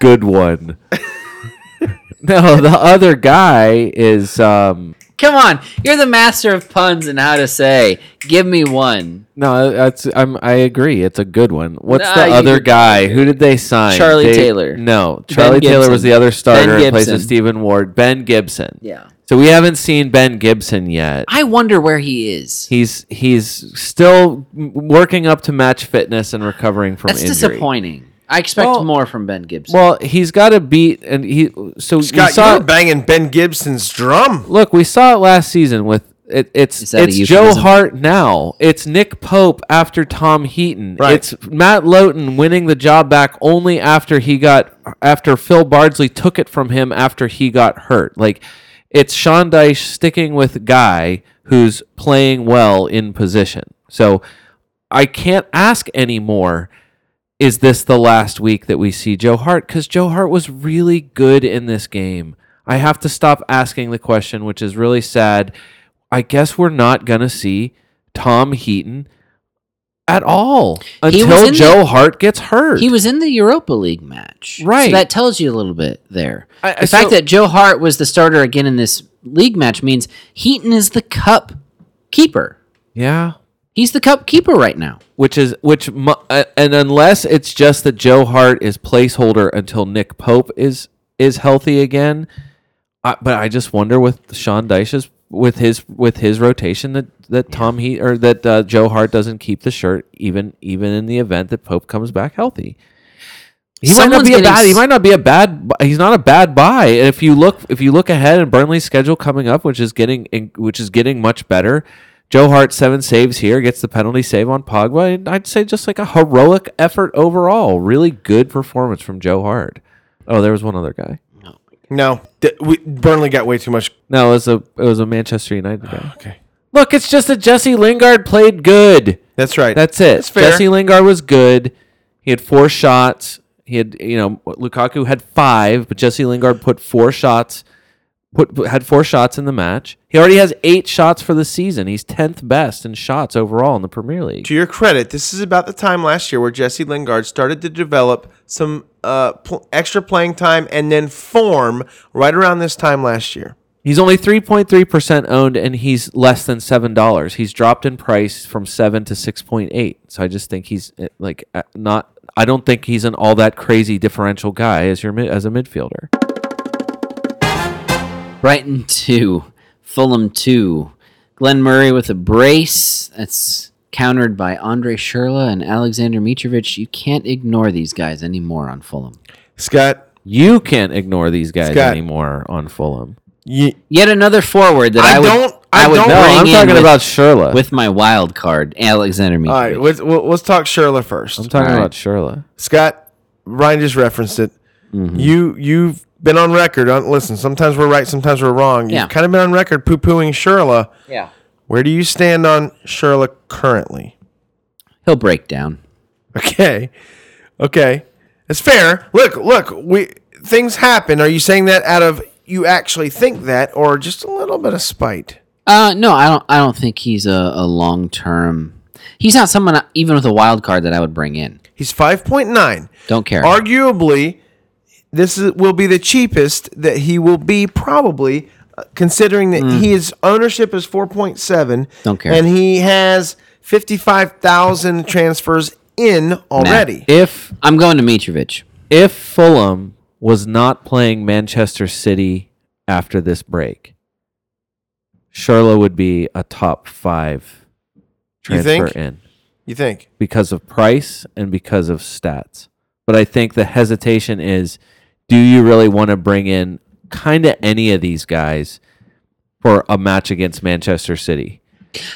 S2: good one. no, the other guy is um
S3: Come on, you're the master of puns and how to say. Give me one.
S2: no, that's I'm I agree. It's a good one. What's
S3: Nah,
S2: the
S3: you-
S2: other guy? Who did they sign?
S3: Charlie
S2: They-
S3: Taylor.
S2: No, Charlie Taylor was
S3: Gibson.
S2: the other starter
S3: Ben
S2: in place of
S3: Gibson.
S2: Stephen Ward. Ben Gibson.
S3: Yeah.
S2: So we haven't seen Ben Gibson yet.
S3: I wonder where he is.
S2: He's he's still m- working up to match fitness and recovering from
S3: That's
S2: injury.
S3: disappointing. I expect
S2: Well-
S3: more from Ben Gibson.
S2: Well, he's got to beat and he so you
S1: Scott,
S2: saw
S1: you're banging Ben Gibson's drum.
S2: look, we saw it last season with It, it's
S3: Is that a
S2: it's Joe
S3: euphemism?
S2: Hart now. It's Nick Pope after Tom Heaton.
S1: Right.
S2: It's Matt Lowton winning the job back only after he got after Phil Bardsley took it from him after he got hurt. Like it's Sean Dyche sticking with a guy who's playing well in position. So I can't ask anymore. Is this the last week that we see Joe Hart? Because Joe Hart was really good in this game. I have to stop asking the question, which is really sad. I guess we're not going to see Tom Heaton at all
S3: was
S2: until
S3: in
S2: Joe
S3: the-
S2: Hart gets hurt.
S3: He was in the Europa League match.
S2: Right.
S3: So that tells you a little bit there.
S2: I- I-
S3: the fact
S2: so-
S3: that Joe Hart was the starter again in this league match means Heaton is the cup keeper.
S2: yeah.
S3: He's the cup keeper right now.
S2: Which is which, mu- uh, and unless it's just that Joe Hart is placeholder until Nick Pope is is healthy again, I, but I just wonder with Sean Dyche's with his with his rotation that that Tom Heat or that uh, Joe Hart doesn't keep the shirt even even in the event that Pope comes back healthy. He might not
S3: Someone's
S2: be a
S3: getting
S2: bad. He
S3: s-
S2: might not be a bad. bu- He's not a bad buy. And if you look, if you look ahead and Burnley's schedule coming up, which is getting, in- which is getting much better. Joe Hart seven saves here, gets the penalty save on Pogba. And I'd say just like a heroic effort overall. Really good performance from Joe Hart. Oh, there was one other guy.
S1: No, Th- we, Burnley got way too much.
S2: No, it was a it was a Manchester United guy.
S1: Ah, Okay,
S2: Look, it's just that Jesse Lingard played good.
S1: that's right.
S2: That's it.
S1: That's fair.
S2: Jesse Lingard was good. He had four shots. He had you know Lukaku had five, but Jesse Lingard put four shots. Put put- had four shots in the match. He already has eight shots for the season. He's tenth best in shots overall in the Premier League.
S1: to your credit, this is about the time last year where Jesse Lingard started to develop some uh, pl- extra playing time and then form right around this time last year.
S2: He's only three point three percent owned, and he's less than seven dollars. He's dropped in price from seven to six point eight. So I just think he's eh, like eh, not. I don't think he's an all that crazy differential guy as your mid- as a midfielder.
S3: Brighton 2, Fulham 2. Glenn Murray with a brace. That's countered by Andre Sherla and Alexander Mitrovic. You can't ignore these guys anymore on Fulham.
S1: Scott,
S2: You can't ignore these guys
S1: Scott.
S2: anymore on Fulham.
S1: you,
S3: Yet another forward that
S1: I
S3: I, would,
S1: don't- I
S3: would
S1: don't-
S2: No,
S3: bring
S2: I'm
S3: in
S2: talking
S3: with,
S2: about Sherla.
S3: with my wild card, Alexander Mitrovic.
S1: all right, let's, we'll, let's talk Sherla first.
S2: I'm talking
S3: All right.
S2: about Sherla.
S1: Scott, Ryan just referenced it. You you've been on record. On, listen, sometimes we're right, sometimes we're wrong.
S3: Yeah.
S1: You've kind of been on record poo pooing Sherla.
S3: Yeah.
S1: Where do you stand on Sherla currently?
S3: He'll break down.
S1: Okay, okay, it's fair. Look, look, we things happen. Are you saying that out of you actually think that, or just a little bit of spite?
S3: Uh, no, I don't. I don't think he's a, a long term. He's not someone I- even with a wild card that I would bring in.
S1: He's five point nine.
S3: Don't care.
S1: Arguably, this is, will be the cheapest that he will be probably, uh, considering that his ownership is four point seven.
S3: Don't care.
S1: And he has fifty five thousand transfers in already.
S2: If
S3: I'm going to Mitrovic.
S2: if Fulham was not playing Manchester City after this break, Sherla would be a top five
S1: You
S2: transfer
S1: think?
S2: in
S1: You think?
S2: because of price and because of stats. But I think the hesitation is do you really want to bring in kind of any of these guys for a match against Manchester City?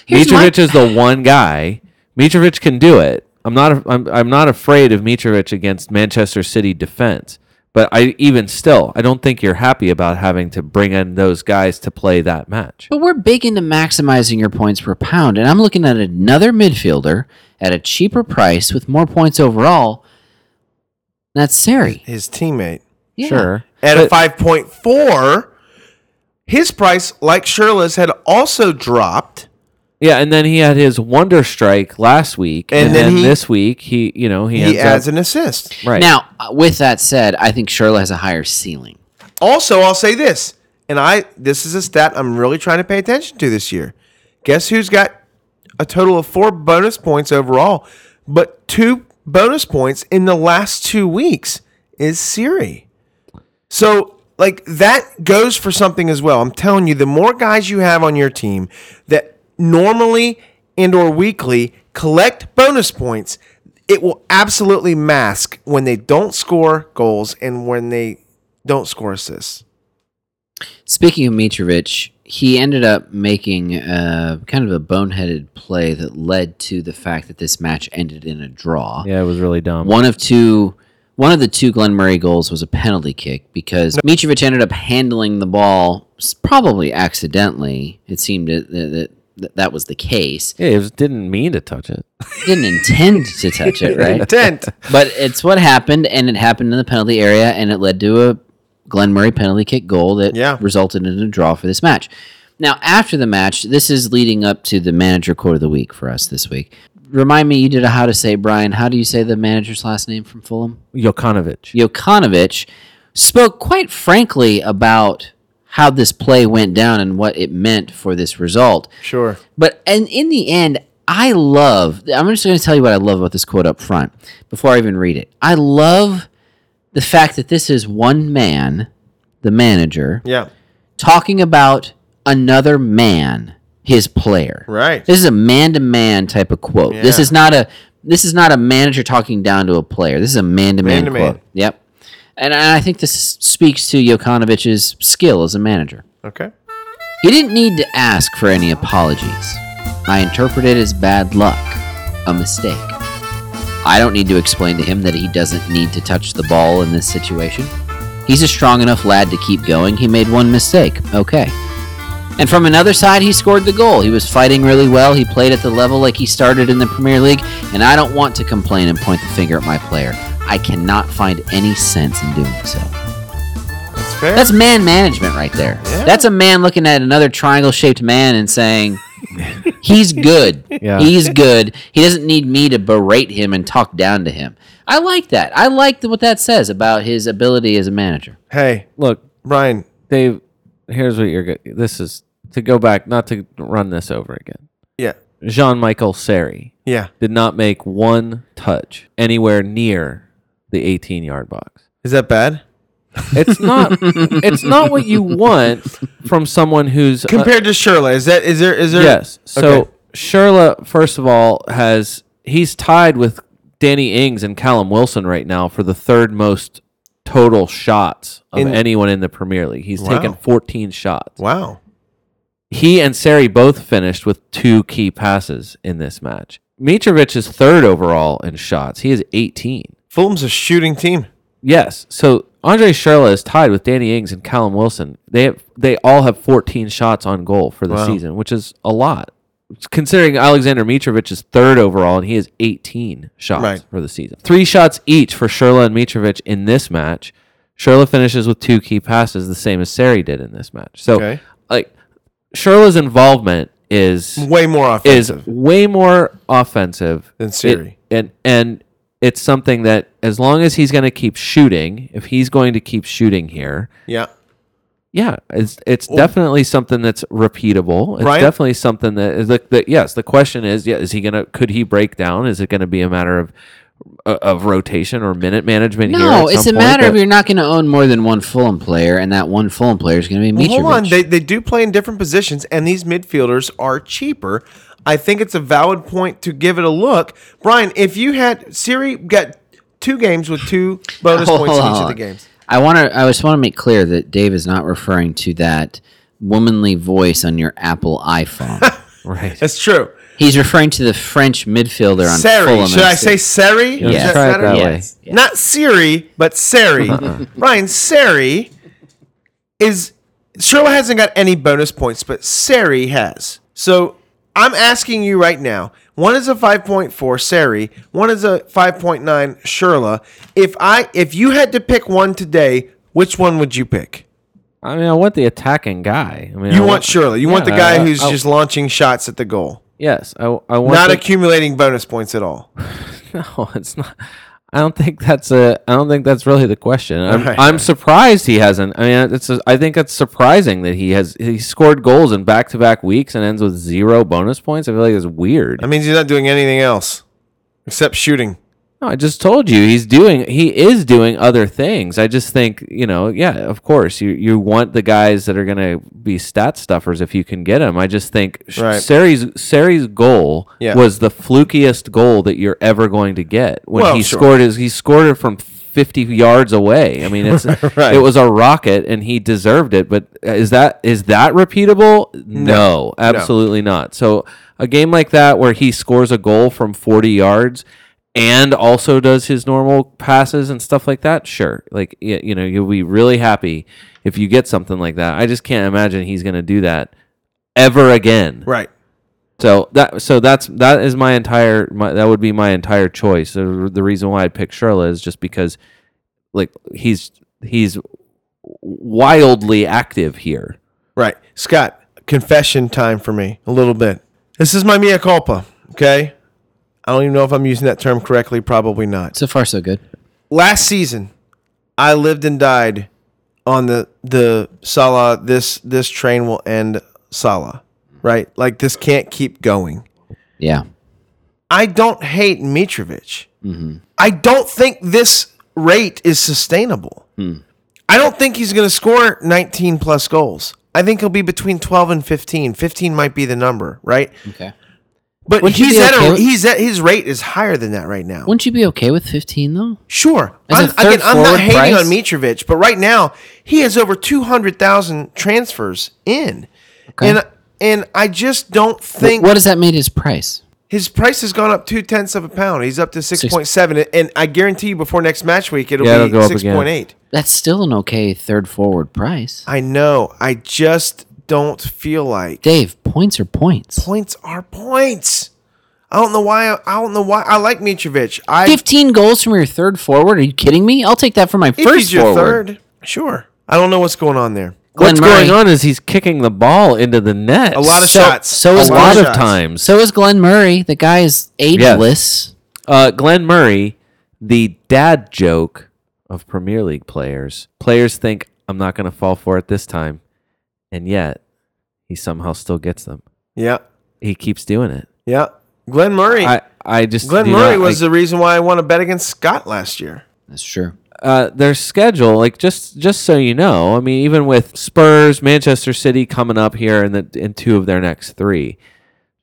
S3: Here's my-
S2: Mitrovic is the one guy. Mitrovic can do it. I'm not. I'm, I'm not afraid of Mitrovic against Manchester City defense. But I even still, I don't think you're happy about having to bring in those guys to play that match.
S3: But we're big into maximizing your points per pound, and I'm looking at another midfielder at a cheaper price with more points overall. and That's Sari.
S1: His teammate
S3: Yeah.
S2: Sure.
S1: at a
S2: But-
S1: five point four. His price, like Shirley's, had also dropped.
S2: Yeah, and then he had his wonder strike last week, and,
S1: And
S2: then,
S1: then he-
S2: this week he, you know, he,
S1: He
S2: ends
S1: adds
S2: up,
S1: an assist.
S2: right.
S3: Now, uh, with that said, I think Sherla has a higher ceiling.
S1: Also, I'll say this, and I this is a stat I'm really trying to pay attention to this year. Guess who's got a total of four bonus points overall, but two bonus points in the last two weeks is Siri. So like that goes for something as well. I'm telling you, the more guys you have on your team that normally and or weekly collect bonus points, it will absolutely mask when they don't score goals and when they don't score assists.
S3: Speaking of Mitrovic, he ended up making uh, kind of a boneheaded play that led to the fact that this match ended in a draw.
S2: Yeah, it was really dumb.
S3: One of two, one of the two Glenn Murray goals was a penalty kick because Mitrovic ended up handling the ball s- probably accidentally. It seemed that that, that, that was the case.
S2: Yeah, it was, didn't mean to touch it.
S3: He didn't intend to touch it, right?
S1: Intent.
S3: But it's what happened, and it happened in the penalty area, and it led to a Glenn Murray penalty kick goal that
S1: Yeah.
S3: resulted in a draw for this match. Now, after the match, this is leading up to the manager quote of the week for us this week. Remind me, you did a how to say, Brian. How do you say the manager's last name from Fulham?
S2: Jokanovic.
S3: Jokanovic spoke quite frankly about how this play went down and what it meant for this result.
S1: Sure.
S3: But and in the end, I love. I'm just going to tell you what I love about this quote up front before I even read it. I love the fact that this is one man, the manager,
S1: Yeah.
S3: talking about another man, his player.
S1: Right.
S3: This is a man-to-man type of quote. This
S1: Yeah.
S3: is not a this is not a manager talking down to a player. This is a man-to-man,
S1: Man-to-man.
S3: quote. Yep. And I think this speaks to Jokanovic's skill as a manager.
S1: Okay.
S3: He didn't need to ask for any apologies. I interpret it as bad luck, a mistake. I don't need to explain to him that he doesn't need to touch the ball in this situation. He's a strong enough lad to keep going. He made one mistake. Okay. And from another side, he scored the goal. He was fighting really well. He played at the level like he started in the Premier League. And I don't want to complain and point the finger at my player. I cannot find any sense in doing so.
S1: That's fair.
S3: That's man management right there.
S1: Yeah.
S3: That's a man looking at another triangle shaped man and saying, he's good.
S2: Yeah.
S3: He's good. He doesn't need me to berate him and talk down to him. I like that. I like what that says about his ability as a manager.
S1: hey,
S2: Look,
S1: Brian.
S2: Dave, here's what you're good. This is to go back, not to run this over again.
S1: Yeah.
S2: Jean Michael Seri
S1: Yeah.
S2: did not make one touch anywhere near the 18 yard box.
S1: Is that bad?
S2: It's not. it's not what you want from someone who's uh,
S1: Compared to Shirley, is that is there is there?
S2: Yes. So
S1: Okay.
S2: Sherla, first of all, has he's tied with Danny Ings and Callum Wilson right now for the third most total shots of
S1: In-
S2: anyone in the Premier League. He's
S1: Wow.
S2: taken 14 shots.
S1: Wow.
S2: He and Sari both finished with two key passes in this match. Mitrovic is third overall in shots. He is 18.
S1: Fulham's a shooting team.
S2: Yes. So Andre Sherla is tied with Danny Ings and Callum Wilson. They have, they all have 14 shots on goal for the
S1: Wow.
S2: season, which is a lot. Considering Alexander Mitrovic is third overall and he has 18 shots
S1: Right.
S2: for the season. Three shots each for Sherla and Mitrovic in this match. Sherla finishes with two key passes, the same as Sari did in this match. So,
S1: Okay.
S2: like, Sherla's involvement is
S1: Way more
S2: is
S1: offensive.
S2: way more offensive
S1: Than
S2: It-
S1: Siri.
S2: and and it's something that as long as he's going to keep shooting, if he's going to keep shooting here,
S1: yeah.
S2: yeah, it's it's definitely something that's repeatable. It's
S1: Right.
S2: definitely something that is the, the yes. The question is, yeah, is he gonna could he break down? Is it going to be a matter of uh, of rotation or minute management? here
S3: No,
S2: at
S3: it's a
S2: some point
S3: matter
S2: that-
S3: of you're not going to own more than one Fulham player, and that one Fulham player is going to be
S1: Well,
S3: Mitrovic.
S1: hold on. They, they do play in different positions, and these midfielders are cheaper. I think it's a valid point to give it a look. Brian, if you had Siri got two games with two bonus
S3: Hold
S1: points in each of
S3: on.
S1: the games.
S3: I want to. I just want to make clear that Dave is not referring to that womanly voice on your Apple iPhone.
S2: right.
S1: That's true.
S3: He's referring to the French midfielder on
S1: Sari.
S3: Fulham.
S1: Should I
S3: FC.
S1: say Sari? Is
S2: let's
S1: that
S2: try it
S1: better?
S2: that way.
S3: Yes. yes.
S1: Not Siri, but Sari. Brian, Sari is Sherlock hasn't got any bonus points, but Sari has. So I'm asking you right now. One is a 5.4 Sari, one is a 5.9 Sherla. If I if you had to pick one today, which one would you pick?
S2: I mean, I want the attacking guy. I mean,
S1: You
S2: I
S1: want Sherla. You want the
S2: yeah,
S1: guy
S2: I-
S1: who's
S2: I-
S1: just launching shots at the goal.
S2: yes. I, I want
S1: Not
S2: the-
S1: accumulating bonus points at all.
S2: No, Oh, it's not. I don't think that's a. I don't think that's really the question. I'm,
S1: Right,
S2: I'm surprised he hasn't. I mean, uh, it's. A, I think it's surprising that he has. He scored goals in back-to-back weeks and ends with zero bonus points. I feel like it's weird.
S1: That means he's not doing anything else except shooting.
S2: No, I just told you he's doing. He is doing other things. I just think you know. Yeah, of course you you want the guys that are gonna be stat stuffers if you can get them. I just think Sh-
S1: Right.
S2: Sari's Sari's goal
S1: Yeah.
S2: was the flukiest goal that you're ever going to get when
S1: Well,
S2: he
S1: sure.
S2: scored his. He scored it from 50 yards away. I mean, it's
S1: Right.
S2: it was a rocket and he deserved it, but uh, is that is that repeatable? No, absolutely not. So a game like that where he scores a goal from 40 yards and also does his normal passes and stuff like that, sure. Like y- you know, you'll be really happy if you get something like that. I just can't imagine he's going to do that ever again.
S1: Right.
S2: So that so that's that is my entire my, that would be my entire choice. The, the reason why I picked Sherla is just because like he's he's wildly active here.
S1: Right. Scott, confession time for me a little bit. This is my mea culpa, okay? I don't even know if I'm using that term correctly, probably not.
S3: So far, so good.
S1: Last season, I lived and died on the the Salah this this train will end Salah, right? Like this can't keep going.
S3: Yeah.
S1: I don't hate Mitrovic.
S3: Mm-hmm.
S1: I don't think this rate is sustainable.
S3: Hmm.
S1: I don't think he's going to score 19 plus goals. I think he'll be between 12 and 15. 15 might be the number, right?
S3: Okay.
S1: But
S3: Wouldn't you
S1: he's
S3: be
S1: at
S3: okay
S1: a,
S3: with-
S1: he's at his rate is higher than that right now.
S3: Wouldn't you be okay with 15 though?
S1: Sure.
S3: And
S1: I'm,
S3: the third
S1: again, I'm not
S3: forward
S1: hating
S3: price?
S1: on Mitrovic, but right now he has over 200,000 transfers in. And and I just don't think
S3: What does that mean? His price?
S1: his price has gone up two tenths of a pound. He's up to six point seven, and I guarantee you, before next match week, it'll
S2: Yeah, it'll
S1: be
S2: go up
S1: six point eight.
S3: That's still an okay third forward price.
S1: I know. I just don't feel like
S3: Dave, points are points.
S1: points are points. I don't know why. I don't know why. I like Mitrovic. I if
S3: 15 goals from your third forward? Are you kidding me? I'll take that for my first
S1: he's your
S3: forward.
S1: third, sure. I don't know what's going on there.
S3: Glenn
S2: What's
S3: Murray.
S2: going on is he's kicking the ball into the net.
S1: A lot of
S3: So-
S1: shots.
S3: so
S2: a
S3: is
S2: lot of
S1: shots.
S2: times.
S3: So is Glenn Murray. The guy is ageless.
S2: Uh, Glenn Murray, the dad joke of Premier League players. Players think I'm not going to fall for it this time, and yet he somehow still gets them.
S1: Yeah,
S2: He keeps doing it.
S1: yeah. Glenn Murray.
S2: I I just
S1: Glenn
S2: do
S1: Murray
S2: not,
S1: was
S2: like,
S1: the reason why I won a bet against Scott last year.
S3: That's true.
S2: uh, their schedule like just just so you know. I mean, even with Spurs, Manchester City coming up here in the in two of their next three.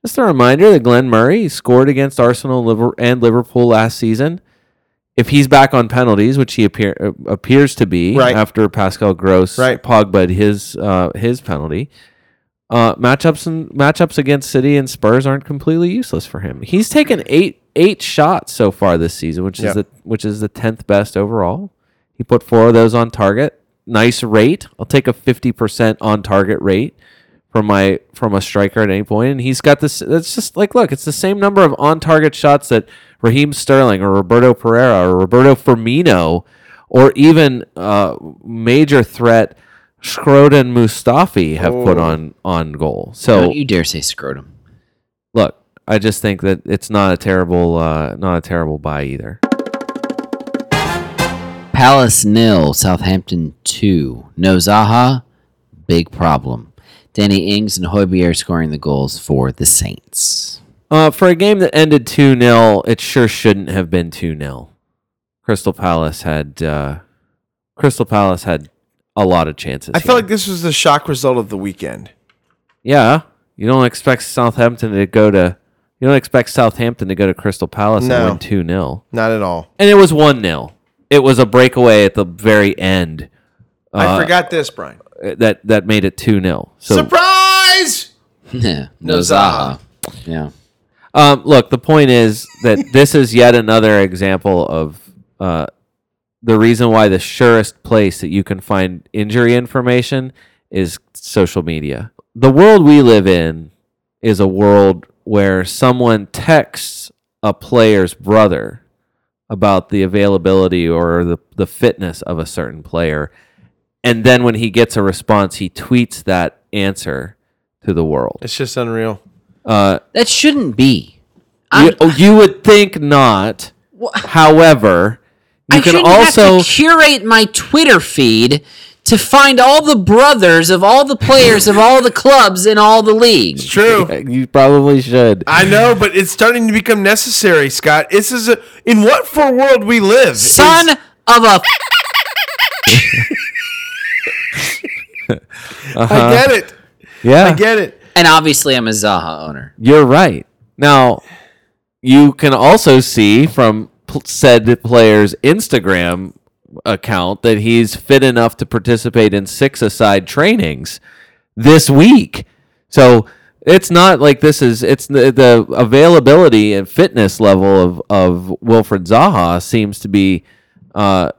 S2: Just a reminder that Glenn Murray scored against Arsenal Liver- and Liverpool last season. If he's back on penalties, which he appear, uh, appears to be
S1: Right.
S2: after Pascal Gross
S1: Right.
S2: Pogba his uh, his penalty, uh, matchups and matchups against City and Spurs aren't completely useless for him. He's taken eight eight shots so far this season, which
S1: Yeah.
S2: is the which is the tenth best overall. He put four of those on target. Nice rate. I'll take a fifty percent on target rate from my from a striker at any point. And he's got this. That's just like look, it's the same number of on target shots that Raheem Sterling or Roberto Pereira or Roberto Firmino or even uh, major threat Schroeder and Mustafi have put on on goal. So
S3: Don't you dare say scrotum.
S2: look, I just think that it's not a terrible uh, not a terrible buy either.
S3: Palace nil, Southampton two. No Zaha, big problem. Danny Ings and Hoybier scoring the goals for the Saints.
S2: Uh, for a game that ended 2 0, it sure shouldn't have been 2 0. Crystal Palace had uh, Crystal Palace had a lot of chances.
S1: I
S2: here.
S1: feel like this was the shock result of the weekend.
S2: yeah, you don't expect Southampton to go to you don't expect Southampton to go to Crystal Palace
S1: No.
S2: and win 2 0.
S1: Not at all.
S2: And it was 1 0. It was a breakaway at the very end
S1: I forgot this, Brian.
S2: uh, that that made it 2 0. So
S1: Surprise!
S3: no,
S1: Zaha.
S3: Yeah.
S2: Um, look, the point is that this is yet another example of uh, the reason why the surest place that you can find injury information is social media. The world we live in is a world where someone texts a player's brother about the availability or the, the fitness of a certain player. And then when he gets a response, he tweets that answer to the world.
S1: It's just unreal.
S2: Uh,
S3: That shouldn't be.
S2: you, oh, you would think not. However, you
S3: I
S2: can
S3: shouldn't
S2: also
S3: have to curate my Twitter feed to find all the brothers of all the players of all the clubs in all the leagues.
S1: True.
S2: you probably should.
S1: I know, but it's starting to become necessary, Scott. This is a in what for world we live. is-
S3: Son of a
S1: I get it.
S2: yeah,
S1: I get it.
S3: and obviously I'm a Zaha owner.
S2: you're right. Now, you can also see from pl- said player's Instagram account that he's fit enough to participate in six aside trainings this week. So it's not like this is it's the, the availability and fitness level of of Wilfred Zaha seems to be uh,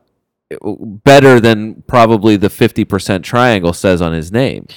S2: better than probably the fifty percent triangle says on his name.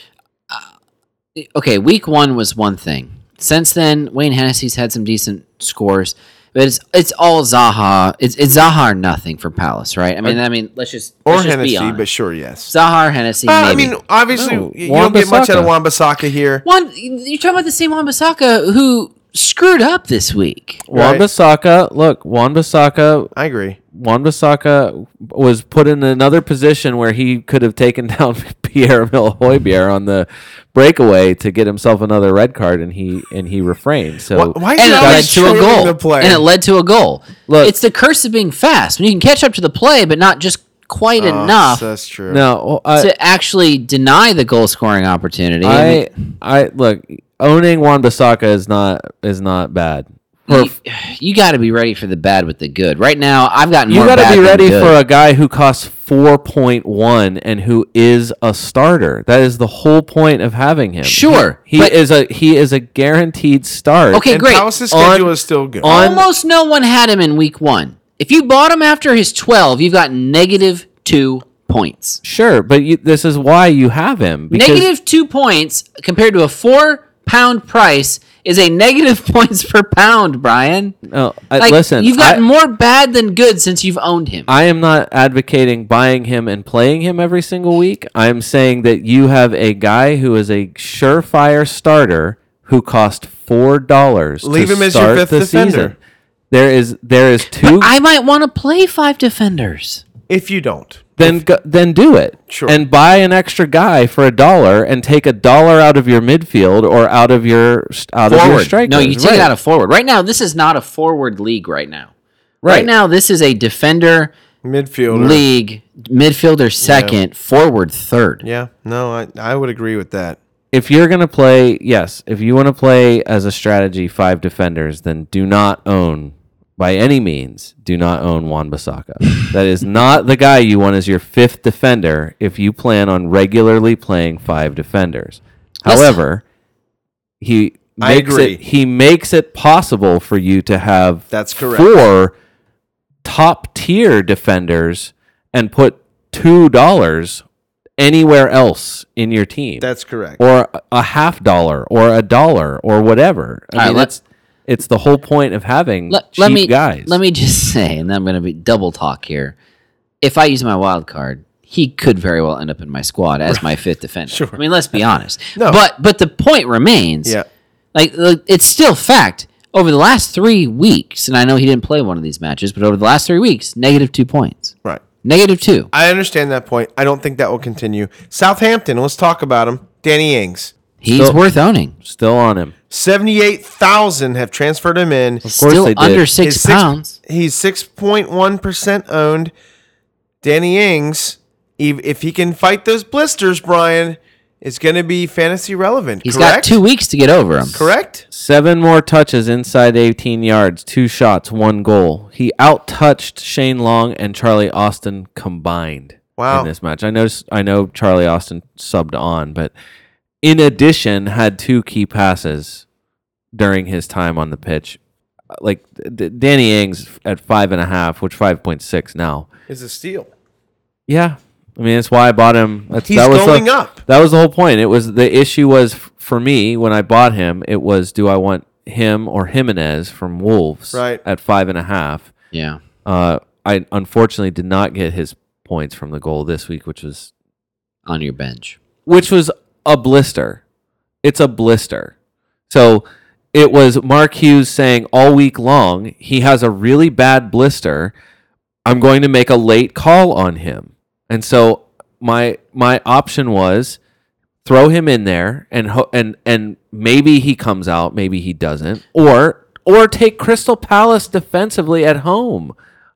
S3: okay, week one was one thing. Since then, Wayne Hennessy's had some decent scores, but it's it's all Zaha. It's, it's Zaha or nothing for Palace, right? I mean, I mean, let's just
S1: or
S3: let's just be
S1: Hennessy,
S3: honest.
S1: but sure, yes.
S3: Zaha or Hennessy.
S1: Uh, I
S3: maybe.
S1: mean, obviously,
S2: No,
S1: you don't get much out of Wambasaka here.
S3: One, you're talking about the same Wan Bissaka who screwed up this week.
S2: Juan
S1: Right.
S2: Bissaka, look, Juan Bissaka
S1: I agree.
S2: Juan Bissaka was put in another position where he could have taken down Pierre Milhoibier on the breakaway to get himself another red card, and he and he refrained. So
S1: Why, why is
S3: And
S1: he
S3: it led
S1: always
S3: to a
S1: shooting
S3: goal.
S1: the play?
S3: And it led to a goal.
S2: Look-
S3: it's the curse of being fast. When you can catch up to the play, but not just quite
S1: Oh,
S3: enough
S1: That's true.
S2: no, I,
S3: to actually deny the goal scoring opportunity. I mean,
S2: I I look owning Juan Bissaka is not is not bad. For-
S3: you, got to be ready for the bad with the good. Right now, I've gotten
S2: you
S3: more
S2: got to
S3: bad
S2: be
S3: than
S2: ready
S3: good.
S2: for a guy who costs four point one and who is a starter. That is the whole point of having him.
S3: Sure,
S2: he, he
S3: but-
S2: is a he is a guaranteed start.
S3: Okay,
S1: and
S3: great.
S1: Palace's
S2: On-
S1: schedule is still good.
S2: on-
S3: Almost no one had him in week one. If you bought him after his twelve, you've got negative two points.
S2: Sure, but you, this is why you have him. Because
S3: Negative two points compared to a four pound price is a negative points per pound, Brian.
S2: no, I-
S3: Like,
S2: Uh, listen,
S3: you've gotten
S2: I,
S3: more bad than good since you've owned him.
S2: I am not advocating buying him and playing him every single week. I'm saying that you have a guy who is a surefire starter who cost four dollars.
S1: Leave him as your fifth defender.
S2: There is there is two.
S3: I might want to play five defenders.
S1: if you don't,
S2: then go, then do it.
S1: Sure.
S2: And buy an extra guy for a dollar and take a dollar out of your midfield or out of your out of your strikers.
S3: No, you take
S2: right.
S3: it out of forward. Right now, this is not a forward league right now. Right,
S2: Right.
S3: now, this is a defender
S1: midfielder.
S3: league, midfielder second, forward third.
S1: Yeah, no, I, I would agree with that.
S2: if you're going to play, yes, if you want to play as a strategy five defenders, then do not own by any means. Do not own Juan Basaka. that is not the guy you want as your fifth defender if you plan on regularly playing five defenders.
S3: Listen-
S2: However, he
S1: I
S2: makes
S1: agree.
S2: it he makes it possible for you to have
S1: That's correct.
S2: four top tier defenders and put two dollars anywhere else in your team
S1: That's correct.
S2: or a- a half dollar or a dollar or whatever. I
S3: All right,
S2: mean,
S3: let-
S2: it's it's the whole point of having
S3: Let,
S2: cheap
S3: let me
S2: guys.
S3: let me just say, and I'm going to be double talk here. If I use my wild card, he could very well end up in my squad as my fifth defender. Sure. I mean, let's be honest.
S1: No.
S3: But but the point remains.
S1: Yeah.
S3: Like like, it's still fact. Over the last three weeks, and I know he didn't play one of these matches, but over the last three weeks, negative two points.
S1: Right.
S3: Negative two.
S1: I understand that point. I don't think that will continue. Southampton, let's talk about him. Danny Ings.
S3: He's
S2: So-
S3: worth owning.
S2: Still on him.
S1: 78,000 have transferred him in.
S2: course
S3: Still
S2: they did.
S3: under six,
S1: Is
S3: pounds.
S1: He's 6.1% owned. Danny Ings, if, if he can fight those blisters, Brian, is going to be fantasy relevant.
S3: He's
S1: correct?
S3: got two weeks to get over him.
S1: Correct?
S2: Seven more touches inside 18 yards, two shots, one goal. He outtouched Shane Long and Charlie Austin combined
S1: Wow.
S2: in this match. I know I know Charlie Austin subbed on, but in addition had two key passes during his time on the pitch. Like D- D- Danny Ings at five and a half, which five point six now.
S1: Is a steal.
S2: Yeah, I mean that's why I bought him. That's,
S1: He's
S2: that was
S1: going
S2: the,
S1: up.
S2: That was the whole point. It was the issue was f- for me when I bought him. It was do I want him or Jimenez from Wolves
S1: Right.
S2: at five and a half?
S3: Yeah.
S2: Uh, I unfortunately did not get his points from the goal this week, which was
S3: On your bench.
S2: which was a blister. It's a blister. So it was Mark Hughes saying all week long he has a really bad blister. I'm going to make a late call on him. And so my my option was throw him in there and ho- and and maybe he comes out, maybe he doesn't, or or take Crystal Palace defensively at home.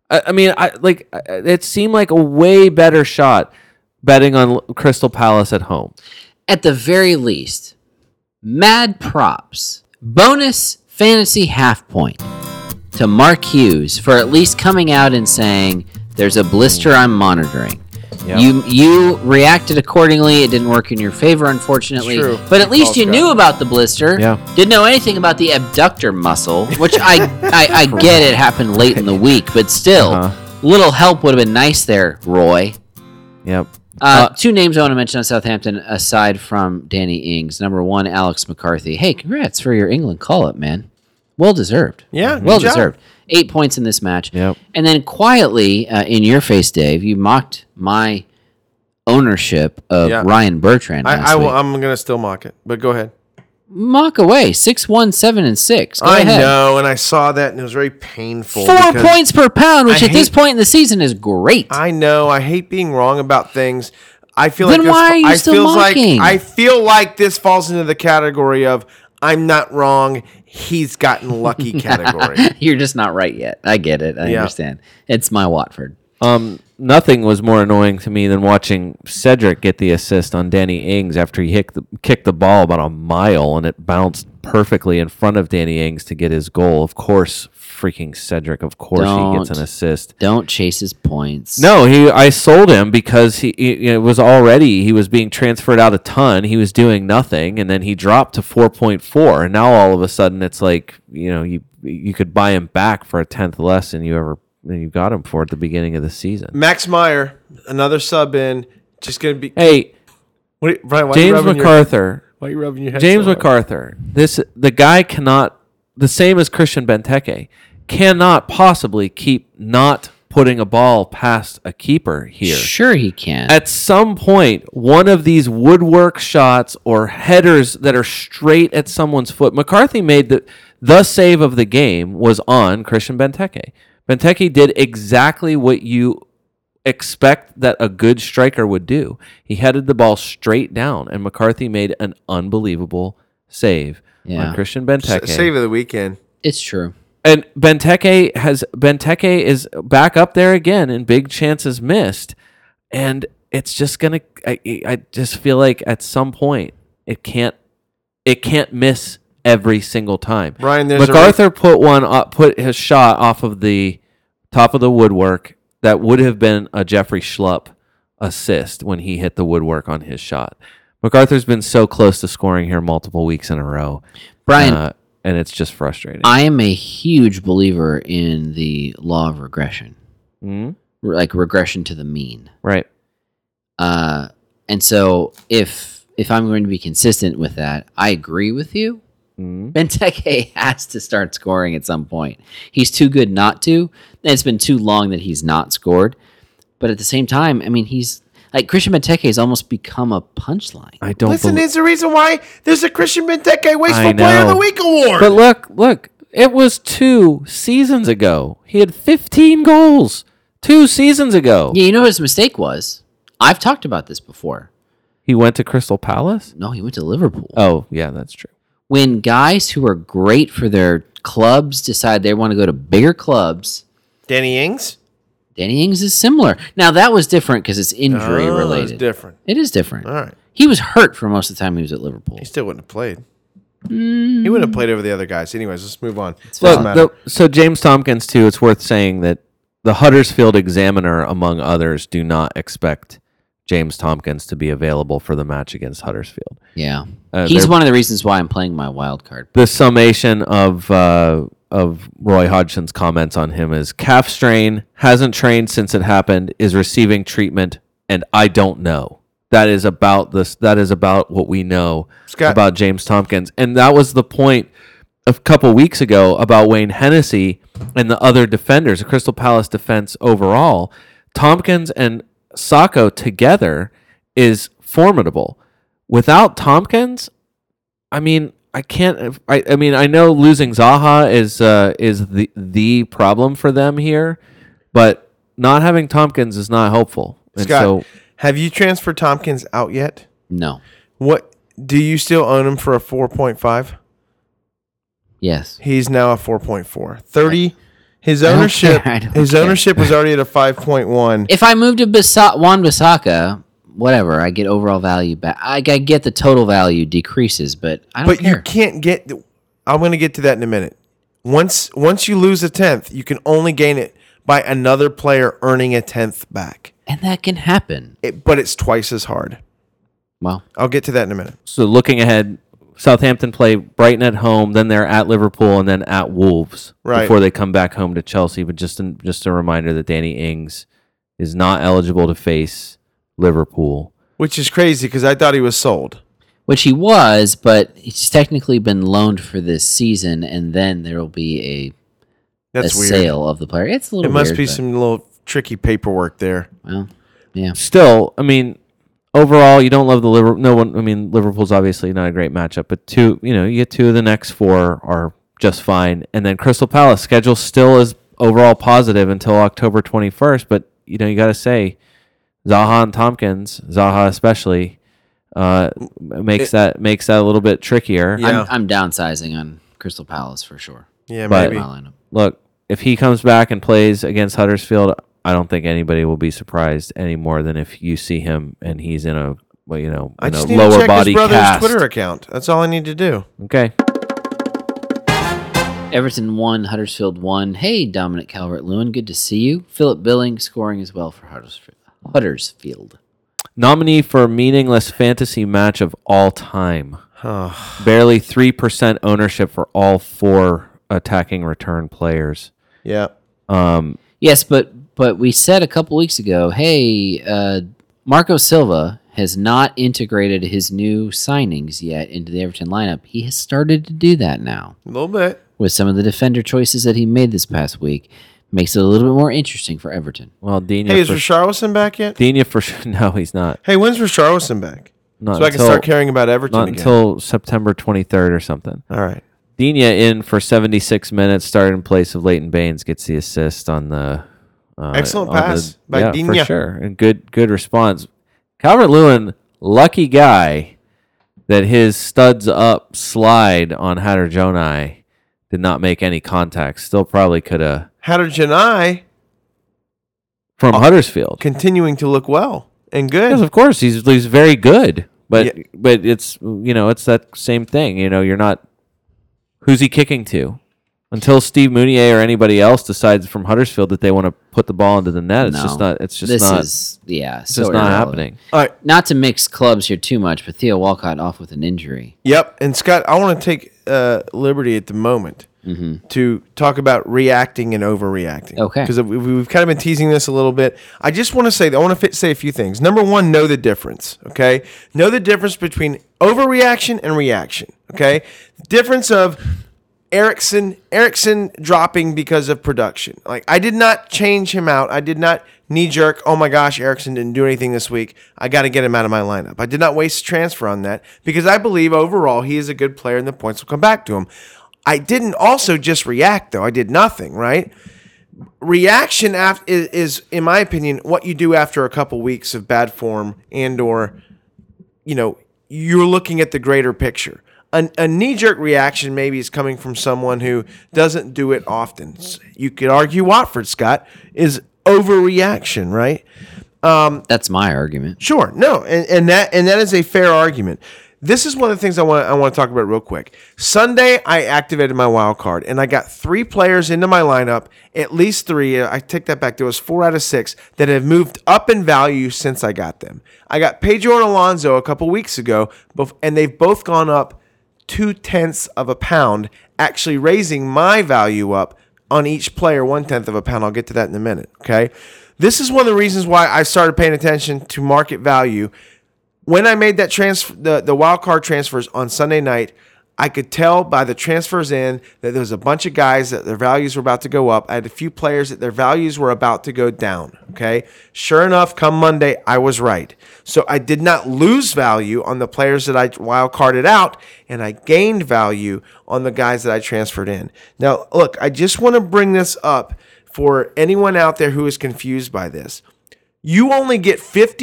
S2: I, I mean, I like I- it seemed like a way better shot betting on L- Crystal Palace at home.
S3: At the very least, mad props. Bonus fantasy half point to Mark Hughes for at least coming out and saying, There's a blister I'm monitoring.
S2: Yep.
S3: You you reacted accordingly. It didn't work in your favor, unfortunately.
S1: True.
S3: But at
S1: Good
S3: least
S1: call,
S3: you
S1: Scott.
S3: knew about the blister.
S2: Yeah.
S3: Didn't know anything about the abductor muscle, which I I, I get it happened late in the week, but still,
S2: Uh-huh.
S3: little help would have been nice there, Roy.
S2: Yep.
S3: Uh, two names I want to mention on Southampton aside from Danny Ings. Number one, Alex McCarthy. Hey, congrats for your England call up, man. Well deserved.
S1: Yeah, good
S3: well
S1: job.
S3: deserved. Eight points in this match.
S2: Yep.
S3: And then quietly, uh, in your face, Dave, you mocked my ownership of
S1: Yeah.
S3: Ryan Bertrand. Last
S1: I, I will,
S3: week.
S1: I'm gonna still mock it, but go ahead.
S3: Mock away six, one, seven, and six. Go
S1: I
S3: ahead.
S1: know, and I saw that, and it was very painful.
S3: Four
S1: because
S3: points per pound, which
S1: I
S3: at this
S1: hate-
S3: point in the season is great.
S1: I know. I hate being wrong about things. I feel
S3: Then
S1: like this,
S3: why are you
S1: I
S3: still
S1: feels
S3: mocking?
S1: like I feel like this falls into the category of I'm not wrong. He's gotten lucky category.
S3: You're just not right yet. I get it. I
S1: Yeah.
S3: understand. It's my Watford.
S2: Um, nothing was more annoying to me than watching Cedric get the assist on Danny Ings after he hick the, kicked the ball about a mile and it bounced perfectly in front of Danny Ings to get his goal. Of course, freaking Cedric. Of course, he
S3: Don't.
S2: gets an assist.
S3: Don't chase his points.
S2: No, he. I sold him because he, he it was already he was being transferred out a ton. He was doing nothing, and then he dropped to four point four, and now all of a sudden it's like you know you you could buy him back for a tenth less than you ever than you got him for at the beginning of the season.
S1: Max Meyer, another sub in, just gonna be.
S2: Hey,
S1: Wait, Brian, why are you
S2: James
S1: rubbing your-
S2: MacArthur.
S1: why are you rubbing your head?
S2: James
S1: so hard?
S2: MacArthur. This the guy cannot the same as Christian Benteke cannot possibly keep not putting a ball past a keeper here.
S3: Sure, he can.
S2: at some point one of these woodwork shots or headers that are straight at someone's foot mccarthy made the the save of the game was on christian benteke benteke did exactly what you expect that a good striker would do he headed the ball straight down and mccarthy made an unbelievable save
S3: Yeah.
S2: on christian benteke
S1: S- Save of the weekend.
S3: it's true.
S2: and Benteke has Benteke is back up there again in big chances missed, and it's just gonna. I, I just feel like at some point it can't it can't miss every single time.
S1: Brian, there's a-
S2: MacArthur put one up, put his shot off of the top of the woodwork that would have been a Jeffrey Schlupp assist when he hit the woodwork on his shot. MacArthur's been so close to scoring here multiple weeks in a row,
S3: Brian,
S2: uh, and it's just frustrating.
S3: I am a huge believer in the law of regression,
S2: Mhm.
S3: re- like regression to the mean.
S2: Right.
S3: Uh, and so, if if I'm going to be consistent with that, I agree with you.
S2: Mm-hmm.
S3: Benteke has to start scoring at some point. He's too good not to. And it's been too long that he's not scored. But at the same time, I mean, he's like Christian Benteke has almost become a punchline.
S2: I don't
S1: Listen,
S2: belie-
S1: it's the reason why there's a Christian Benteke
S2: I
S1: Wasteful Player of
S2: know.
S1: the Week award.
S2: But look, look, it was two seasons ago. He had 15 goals two seasons ago.
S3: Yeah, you know what his mistake was? I've talked about this before.
S2: He went to Crystal Palace?
S3: No, he went to Liverpool.
S2: Oh, yeah, that's true.
S3: when guys who are great for their clubs decide they want to go to bigger clubs,
S1: Danny Ings.
S3: Danny Ings is similar. Now that was different because it's injury
S1: Oh, it's
S3: related.
S1: different.
S3: It is different.
S1: All right.
S3: He was hurt for most of the time he was at Liverpool.
S1: He still wouldn't have played. He
S3: Mm.
S1: wouldn't have played over the other guys. Anyways, let's move on.
S2: Look,
S1: Doesn't matter.
S2: the, so James Tompkins, too, it's worth saying that the Huddersfield Examiner, among others, do not expect James Tompkins to be available for the match against Huddersfield.
S3: Yeah,
S2: Uh,
S3: he's
S2: they're-
S3: one of the reasons why I'm playing my wild card.
S2: the summation of uh, of Roy Hodgson's comments on him is calf strain, hasn't trained since it happened, is receiving treatment, and I don't know. That is about this. That is about what we know
S1: Scott-
S2: about James Tompkins, and that was the point a couple weeks ago about Wayne Hennessy and the other defenders, the Crystal Palace defense overall. Tompkins and Sacco together is formidable. Without Tompkins, I mean, I can't. I, I mean, I know losing Zaha is uh, is the the problem for them here, but not having Tompkins is not helpful. And
S1: Scott,
S2: so
S1: have you transferred Tompkins out yet?
S3: No,
S1: What do you still own him for a 4.5?
S3: yes,
S1: He's now a 4.4. 30 his
S3: don't
S1: ownership
S3: care, I don't
S1: his
S3: care.
S1: ownership was already at a 5.1.
S3: if I move to Basa- Juan Bisaka, whatever, I get overall value back. I, I get the total value decreases, but I don't
S1: But
S3: care.
S1: you can't get I'm going to get to that in a minute. Once once you lose a tenth, you can only gain it by another player earning a tenth back.
S3: And that can happen.
S1: It, but it's twice as hard.
S3: Well,
S1: I'll get to that in a minute.
S2: So looking ahead, Southampton play Brighton at home, then they're at Liverpool, and then at Wolves
S1: Right.
S2: before they come back home to Chelsea. But just an, just a reminder that Danny Ings is not eligible to face Liverpool.
S1: Which is crazy because I thought he was sold.
S3: which he was, but he's technically been loaned for this season, and then there will be a, a
S1: That's weird.
S3: sale of the player. It's a
S1: It
S3: little.
S1: must
S3: weird,
S1: be
S3: but,
S1: some little tricky paperwork there.
S3: Well, yeah.
S2: Still, I mean, overall, you don't love the Liverpool. No one. I mean, Liverpool's obviously not a great matchup, but two. You know, you get two of the next four are just fine, and then Crystal Palace schedule still is overall positive until October twenty first. But you know, you got to say. Zaha and Tompkins, Zaha especially, uh, makes that makes that a little bit trickier.
S1: Yeah.
S3: I'm, I'm downsizing on Crystal Palace for sure.
S1: Yeah,
S2: But-
S1: maybe.
S3: My lineup.
S2: Look, if he comes back and plays against Huddersfield, I don't think anybody will be surprised any more than if you see him and he's in a well, you know,
S1: I
S2: in a
S1: just need to
S2: lower
S1: check
S2: body
S1: his brother's
S2: cast.
S1: Twitter account. That's all I need to do.
S2: Okay,
S3: Everton one, Huddersfield one. Hey, Dominic Calvert Lewin, good to see you. Philip Billing scoring as well for Huddersfield. Huddersfield.
S2: nominee for meaningless fantasy match of all time.
S1: Oh,
S2: Barely three percent ownership for all four attacking return players.
S1: yeah.
S2: Um,
S3: Yes, but but we said a couple weeks ago, hey, uh, Marco Silva has not integrated his new signings yet into the Everton lineup. He has started to do that now
S1: A little bit.
S3: with some of the defender choices that he made this past week. Makes it a little bit more interesting for Everton.
S2: well, Dina
S1: Hey, is
S2: for
S1: Richarlison back yet?
S2: Dina for sure. No, he's not.
S1: Hey, when's Richarlison back?
S2: Not
S1: so I can
S2: until-
S1: start caring about Everton
S2: Not
S1: again.
S2: until September 23rd or something.
S1: all right.
S2: Dina in for 76 minutes, started in place of Leighton Baines, gets the assist on the uh,
S1: Excellent
S2: on the-
S1: pass by
S2: yeah, for
S1: Digne.
S2: sure, and good good response. Calvert Lewin, lucky guy that his studs up slide on Hatter Jonai did not make any contact. Still probably could have
S1: Hatter Janai
S2: from
S1: Oh.
S2: Huddersfield
S1: continuing to look well and
S2: because
S1: good.
S2: of course he's he's very good, but
S1: Yeah.
S2: but it's you know it's that same thing. You know you're not who's he kicking to until Steve Mounier or anybody else decides from Huddersfield that they want to put the ball into the net. It's
S3: No.
S2: just not. It's just
S3: this
S2: not.
S3: is yeah,
S2: it's
S3: so
S2: just not
S3: irrelevant.
S2: happening.
S1: All right.
S3: Not to mix clubs here too much, but Theo Walcott off with an injury.
S1: Yep. And Scott, I want to take uh, liberty at the moment to talk about reacting and overreacting.
S3: Okay.
S1: Because we've kind of been teasing this a little bit. I just want to say, I want to say a few things. Number one, know the difference. Okay. Know the difference between overreaction and reaction. Okay. Difference of Erickson, Erickson dropping because of production. Like I did not change him out. I did not knee jerk. Oh my gosh, Erickson didn't do anything this week. I got to get him out of my lineup. I did not waste transfer on that because I believe overall he is a good player and the points will come back to him. I didn't also just react though. I did nothing right reaction af- is, is in my opinion what you do after a couple weeks of bad form and or you know you're looking at the greater picture An, a knee-jerk reaction maybe is coming from someone who doesn't do it often S- you could argue watford scott is overreaction right
S3: That's my argument.
S1: Sure. No, and, and that and that is a fair argument. This is one of the things I want I want to talk about real quick. Sunday, I activated my wild card and I got three players into my lineup. At least three. uh, I take that back. There was four out of six that have moved up in value since I got them. I got Pedro and Alonso a couple weeks ago, bef- and they've both gone up two tenths of a pound, actually raising my value up on each player one tenth of a pound. I'll get to that in a minute. Okay. This is one of the reasons why I started paying attention to market value. When I made that transfer, the, the wild card transfers on Sunday night, I could tell by the transfers in that there was a bunch of guys that their values were about to go up. I had a few players that their values were about to go down. Okay. Sure enough, come Monday, I was right. So I did not lose value on the players that I wild carded out, and I gained value on the guys that I transferred in. Now, look, I just want to bring this up for anyone out there who is confused by this you only get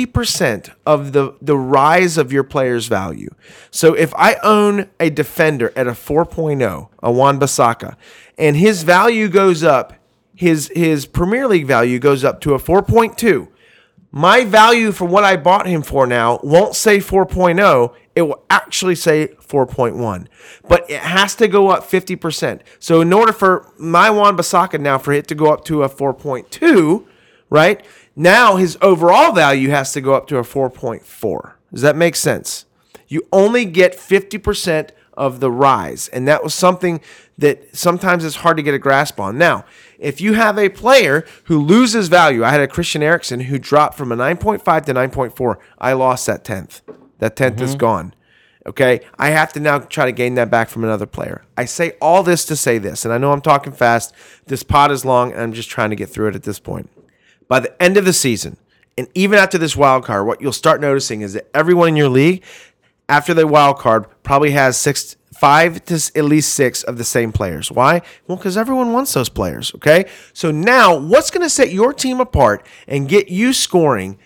S1: 50% of the, the rise of your player's value. So if I own a defender at a 4.0, a Juan Basaka, and his value goes up, his his Premier League value goes up to a 4.2, My value for what I bought him for now won't say 4.0. It will actually say 4.1, but it has to go up 50%. So, in order for my Juan Basaka now for it to go up to a 4.2, right? Now his overall value has to go up to a 4.4. Does that make sense? You only get 50% of the rise. And that was something that sometimes it's hard to get a grasp on. Now, if you have a player who loses value, I had a Christian Erickson who dropped from a 9.5 to 9.4. I lost that 10th. That 10th is gone. Okay. I have to now try to gain that back from another player. I say all this to say this, and I know I'm talking fast. This pod is long, and I'm just trying to get through it at this point. By the end of the season, and even after this wild card, what you'll start noticing is that everyone in your league, after the wild card, probably has six, five to s- at least six of the same players. Why? Well, because everyone wants those players. Okay. So now, what's going to set your team apart and get you scoring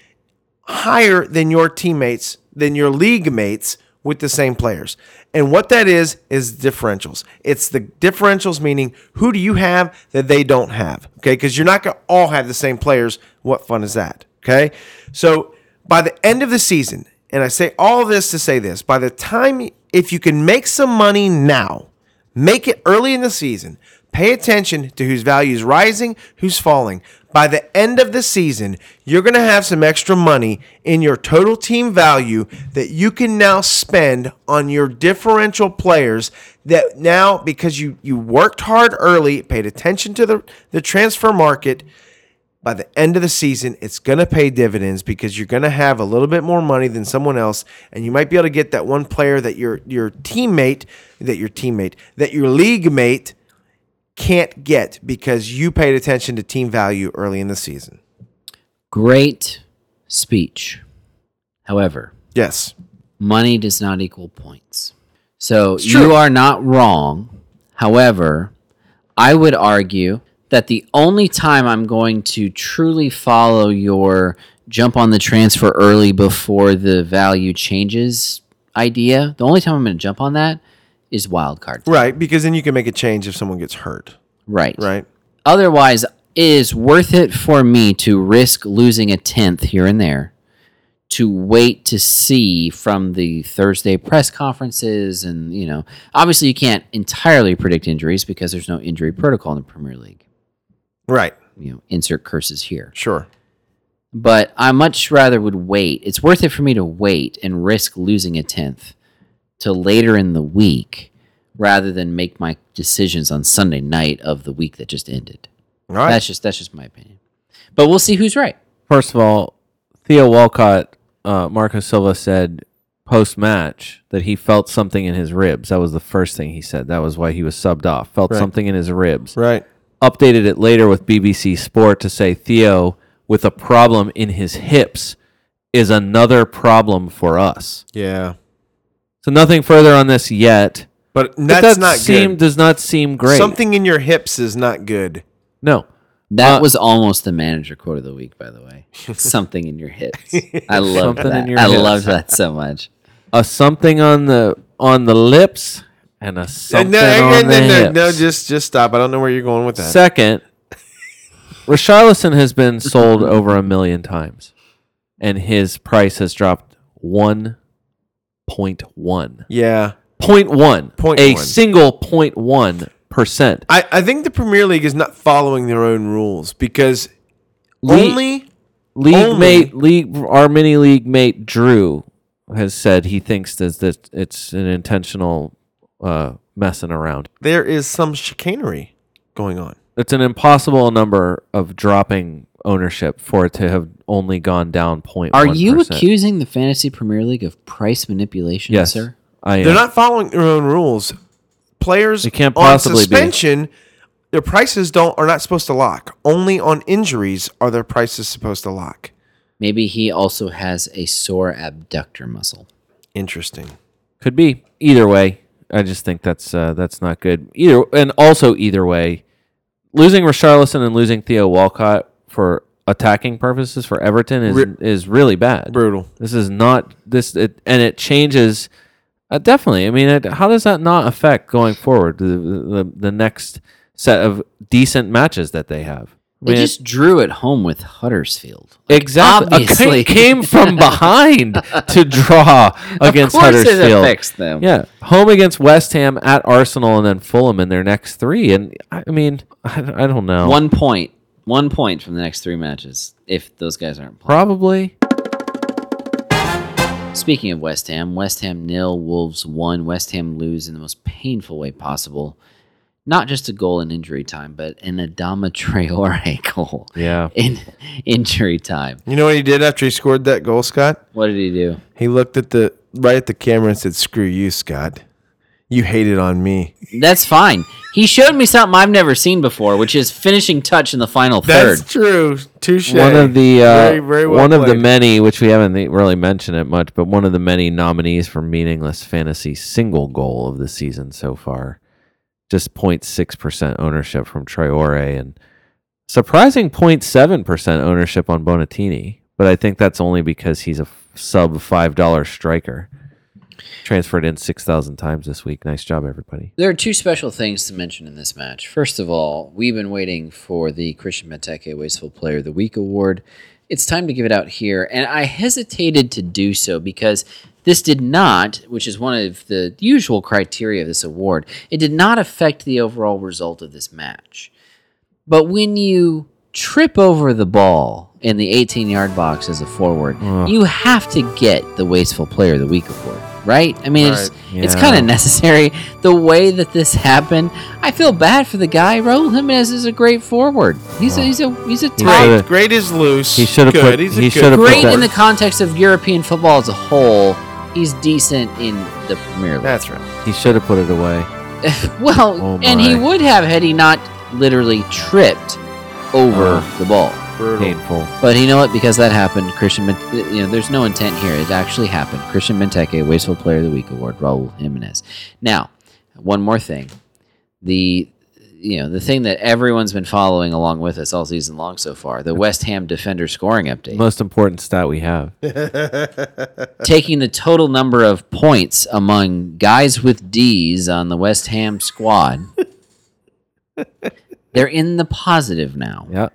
S1: higher than your teammates, than your league mates with the same players. And what that is, is differentials. It's the differentials, meaning who do you have that they don't have? Okay. Because you're not going to all have the same players. What fun is that? Okay. So by the end of the season, and I say all this to say this by the time, if you can make some money now, Make it early in the season. Pay attention to whose value is rising, who's falling. By the end of the season, you're going to have some extra money in your total team value that you can now spend on your differential players that now because you you worked hard early, paid attention to the the transfer market, by the end of the season, it's going to pay dividends because you're going to have a little bit more money than someone else, and you might be able to get that one player that your your teammate, that your teammate, that your league mate can't get because you paid attention to team value early in the season.
S3: Great speech. However,
S1: Yes,
S3: money does not equal points. So
S1: true.
S3: you are not wrong. However, I would argue that the only time I'm going to truly follow your jump on the transfer early before the value changes idea, the only time I'm going to jump on that is wild card.
S1: right, because then you can make a change if someone gets hurt,
S3: Right.
S1: right?
S3: Otherwise, it is worth it for me to risk losing a tenth here and there to wait to see from the Thursday press conferences and you know obviously you can't entirely predict injuries because there's no injury protocol in the Premier League.
S1: Right,
S3: You know, insert curses here.
S1: sure.
S3: But I much rather would wait. It's worth it for me to wait and risk losing a tenth till later in the week rather than make my decisions on Sunday night of the week that just ended.
S1: All right,
S3: That's just that's just my opinion. But we'll see who's right.
S2: First of all, Theo Walcott, uh, Marco Silva said post match that he felt something in his ribs. That was the first thing he said. That was why he was subbed off. Felt something in his ribs.
S1: right.
S2: Updated it later with BBC Sport to say Theo, with a problem in his hips, is another problem for us.
S1: Yeah,
S2: So nothing further on this yet.
S1: but
S2: But
S1: that's
S2: that
S1: not
S2: seem,
S1: good.
S2: Does not seem great.
S1: Something in your hips is not good.
S2: No.
S3: That
S2: Uh,
S3: was almost the manager quote of the week, by the way. Something in your hips. I love
S2: Something
S3: that.
S2: in your
S3: I
S2: hips.
S3: love that so much.
S2: A something on the on the lips and a something
S1: no,
S2: on the
S1: no, no,
S2: hips.
S1: no, just just stop. I don't know where you're going with that.
S2: Second, Richarlison has been sold over a million times, and his price has dropped one point one
S1: yeah.
S2: point one
S1: Point
S2: a
S1: one.
S2: single point one percent.
S1: I, I think the Premier League is not following their own rules because only
S2: League
S1: Only-
S2: mate, league our mini league mate Drew has said he thinks that that it's an intentional uh, messing around.
S1: there is some chicanery going on.
S2: It's an impossible number of dropping ownership for it to have only gone down point.
S3: Are you accusing the Fantasy Premier League of price manipulation,
S2: Yes,
S3: sir?
S2: I am.
S1: They're not following their own rules. Players
S2: It can't
S1: on
S2: possibly be.
S1: suspension, their prices don't are not supposed to lock. Only on injuries are their prices supposed to lock.
S3: Maybe he also has a sore abductor muscle.
S1: Interesting.
S2: Could be either way. I just think that's uh, that's not good either. And also either way, losing Richarlison and losing Theo Walcott for attacking purposes for Everton is
S1: Re-
S2: is really bad.
S1: Brutal.
S2: This is not this, it, and it changes. Uh, definitely. I mean, it, how does that not affect going forward the, the the next set of decent matches that they have?
S3: They just drew it home with Huddersfield.
S2: exactly.
S3: obviously.
S2: came from behind to draw against
S3: of course
S2: Huddersfield.
S3: it affects them.
S2: Yeah, home against West Ham at Arsenal and then Fulham in their next three. And I I mean, I, I don't know.
S3: One point. One point from the next three matches if those guys aren't playing.
S2: probably.
S3: Speaking of West Ham, West Ham nil, Wolves one. West Ham lose in the most painful way possible. Not just a goal in injury time, but an Adama Traore goal
S2: Yeah.
S3: in injury time.
S1: You know what he did after he scored that goal, Scott?
S3: What did he do?
S1: He looked at the right at the camera and said, "Screw you, Scott. You hated on me."
S3: That's fine. He showed me something I've never seen before, which is finishing touch in the final third.
S1: That's true. Touche.
S2: One of the uh,
S1: Very, very well
S2: one of the
S1: played.
S2: many, which we haven't e-, really mentioned it much, but one of the many nominees for meaningless fantasy single goal of the season so far, just 06 percent ownership from Traore and surprising 07 percent ownership on Bonatini. But I think that's only because he's a f- sub five dollar striker. Transferred in six thousand times this week. Nice job, everybody.
S3: There are two special things to mention in this match. First of all, we've been waiting for the Christian Mateke Wasteful Player of the Week award. It's time to give it out here, and I hesitated to do so because this did not, which is one of the usual criteria of this award, it did not affect the overall result of this match. But when you trip over the ball in the 18 yard box as a forward, you have to get the Wasteful Player of the Week award, right? I mean, it's,
S2: Right,
S3: it's
S2: yeah.
S3: kind of necessary. The way that this happened, I feel bad for the guy. Raul Jimenez is a great forward. He's a, he's a he's a
S2: should've-
S3: top.
S1: great, great is loose.
S2: He should've
S1: Good.
S2: put-
S1: He's a
S2: he
S1: good
S2: should've put
S1: forward.
S3: Great in the context of European football as a whole. He's decent in the Premier League.
S1: That's right.
S2: He should have put it away.
S3: well,
S2: Oh
S3: and he
S2: my.
S3: would have had he not literally tripped over the ball.
S1: Brutal.
S2: Painful.
S3: But you know what? Because that happened, Christian. Men- You know, there's no intent here. It actually happened. Christian Benteke, Wasteful Player of the Week award, Raul Jimenez. Now, one more thing. The you know the thing that everyone's been following along with us all season long so far, the West Ham defender scoring update,
S2: Most important stat we have.
S3: taking the total number of points among guys with D's on the West Ham squad. They're in the positive now.
S2: Yeah.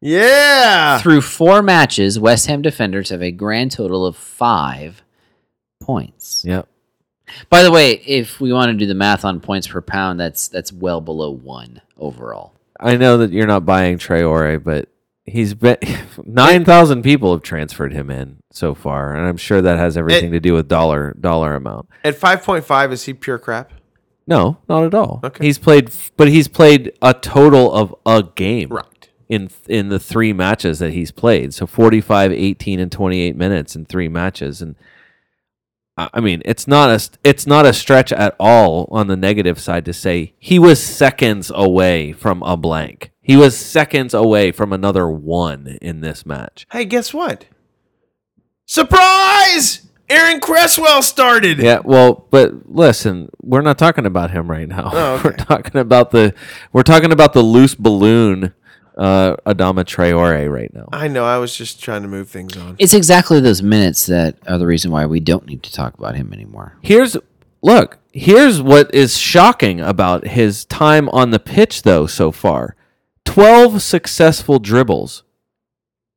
S1: Yeah.
S3: Through four matches, West Ham defenders have a grand total of five points.
S2: Yeah.
S3: By the way, if we want to do the math on points per pound, that's that's well below one overall.
S2: I know that you're not buying Traore, but he's been nine thousand people have transferred him in so far, and I'm sure that has everything to do with dollar dollar amount.
S1: At five point five, is he pure crap?
S2: No, not at all.
S1: Okay.
S2: He's played, but he's played a total of a game
S1: Right.
S2: in in the three matches that he's played. So 45, 18, and 28 minutes in three matches, and I I mean, it's not a it's not a stretch at all on the negative side to say he was seconds away from a blank. He was seconds away from another one in this match.
S1: Hey, guess what? Surprise! Aaron Cresswell started.
S2: Yeah, well, but listen, we're not talking about him right now.
S1: Oh, okay.
S2: We're talking about the we're talking about the loose balloon uh Adama Traore right now.
S1: I know. I was just trying to move things on.
S3: It's exactly those minutes that are the reason why we don't need to talk about him anymore.
S2: Here's look, here's what is shocking about his time on the pitch though so far. 12 successful dribbles.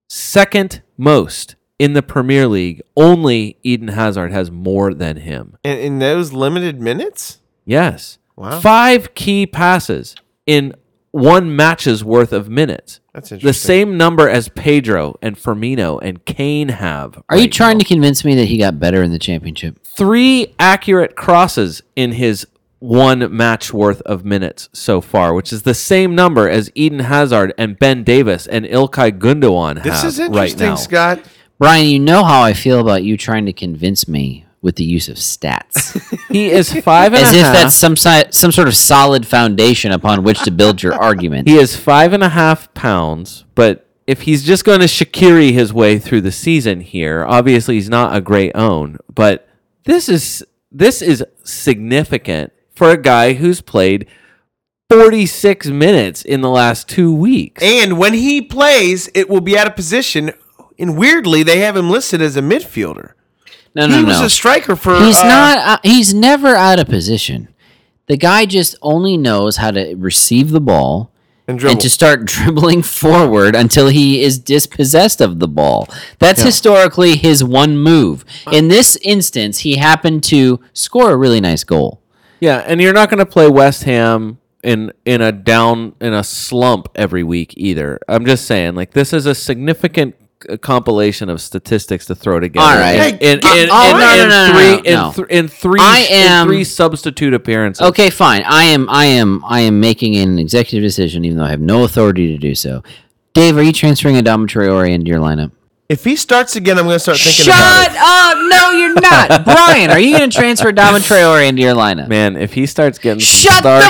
S2: Second most in the Premier League. Only Eden Hazard has more than him.
S1: And in those limited minutes,
S2: Yes.
S1: Wow.
S2: Five key passes in one match's worth of minutes.
S1: that's
S2: The
S1: interesting.
S2: same number as Pedro and Firmino and Kane have.
S3: Are you trying to convince me that he got better in the championship?
S2: Three accurate crosses in his one match worth of minutes so far, which is the same number as Eden Hazard and Ben Davis and Ilkay Gundogan
S1: This
S2: have
S1: is interesting,
S2: right now.
S1: Scott.
S3: Brian, you know how I feel about you trying to convince me with the use of stats.
S2: He is five and
S3: As
S2: a
S3: if
S2: half-
S3: that's some si- some sort of solid foundation upon which to build your argument.
S2: He is five and a half pounds, but if he's just going to Shakiri his way through the season here, obviously he's not a great own. But this is this is significant for a guy who's played forty six minutes in the last two weeks.
S1: And when he plays, it will be out of position. And weirdly, they have him listed as a midfielder.
S3: No, no,
S1: he
S3: no.
S1: was a striker for.
S3: He's
S1: uh,
S3: not. Uh, he's never out of position. The guy just only knows how to receive the ball
S1: And dribble.
S3: and to start dribbling forward until he is dispossessed of the ball. That's historically his one move. In this instance, he happened to score a really nice goal.
S2: Yeah, and you're not going to play West Ham in in a down in a slump every week either. I'm just saying, like this is a significant c- compilation of statistics to throw together.
S3: All right.
S2: in, in, in,
S1: Hey,
S2: in,
S3: all right. No,
S2: in
S3: no, no,
S2: three
S3: no, no.
S2: in, th- in three
S3: I
S2: in
S3: am-
S2: three substitute appearances.
S3: Okay, fine. I am I am I am making an executive decision even though I have no authority to do so. Dave, are you transferring Adama Traore into your lineup?
S1: if he starts again, I'm going to start thinking about
S3: Shut
S1: it.
S3: up! No, you're not. Brian, are you going to transfer Adama Traore into your lineup?
S2: man, if he starts getting
S3: Shut
S2: start,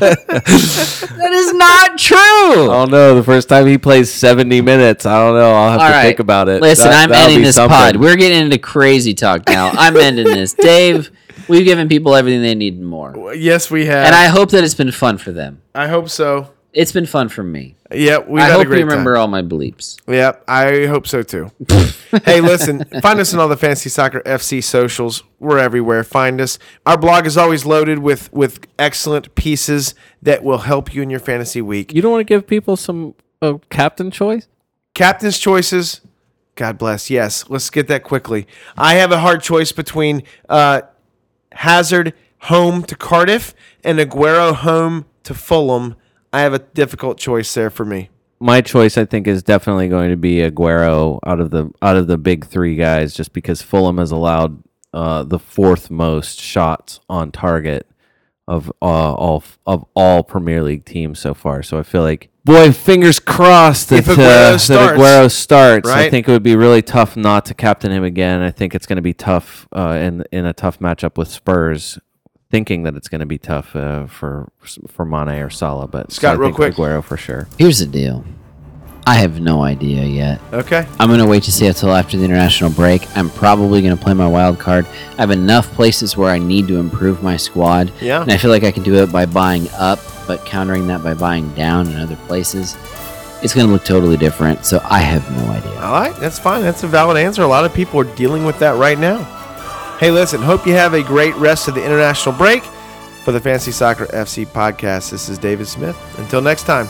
S3: That is not true.
S2: I don't know. The first time he plays 70 minutes, I don't know. I'll have
S3: All
S2: to
S3: right.
S2: think about it.
S3: Listen,
S2: That-
S3: I'm
S2: that'll
S3: ending
S2: be
S3: this
S2: something.
S3: pod. We're getting into crazy talk now. I'm ending this. Dave, we've given people everything they need and more.
S1: Yes, we have.
S3: And I hope that it's been fun for them.
S1: I hope so.
S3: It's been fun for me.
S1: Yeah, we
S3: I
S1: had a
S3: hope you
S1: great
S3: remember
S1: time.
S3: all my bleeps.
S1: Yep, I hope so too. hey, listen, find us on all the Fantasy Soccer FC socials. We're everywhere. Find us. Our blog is always loaded with with excellent pieces that will help you in your fantasy week.
S2: You don't want to give people some uh, captain choice?
S1: Captain's choices. God bless. Yes, let's get that quickly. I have a hard choice between uh, Hazard home to Cardiff and Aguero home to Fulham. I have a difficult choice there for me.
S2: my choice I think is definitely going to be Aguero out of the out of the big three guys, just because Fulham has allowed uh, the fourth most shots on target of uh, all of all Premier League teams so far. So I feel like, boy, fingers crossed that,
S1: If
S2: uh,
S1: Aguero
S2: that
S1: starts,
S2: Aguero starts. I
S1: right?
S2: think it would be really tough not to captain him again. I think it's going to be tough uh, in in a tough matchup with Spurs. Thinking that it's going to be tough uh, for for Mane or Salah, but so
S1: Scott,
S2: I
S1: real
S2: think
S1: quick.
S2: Aguero for sure.
S3: Here's the deal I have no idea yet.
S1: Okay.
S3: I'm going to wait to see until after the international break. I'm probably going to play my wild card. I have enough places where I need to improve my squad.
S1: Yeah.
S3: And I feel like I can do it by buying up, but countering that by buying down in other places. It's going to look totally different, so I have no idea.
S1: All right, that's fine. That's a valid answer. A lot of people are dealing with that right now. Hey, listen, hope you have a great rest of the international break. For the Fantasy Soccer FC podcast, this is David Smith. Until next time.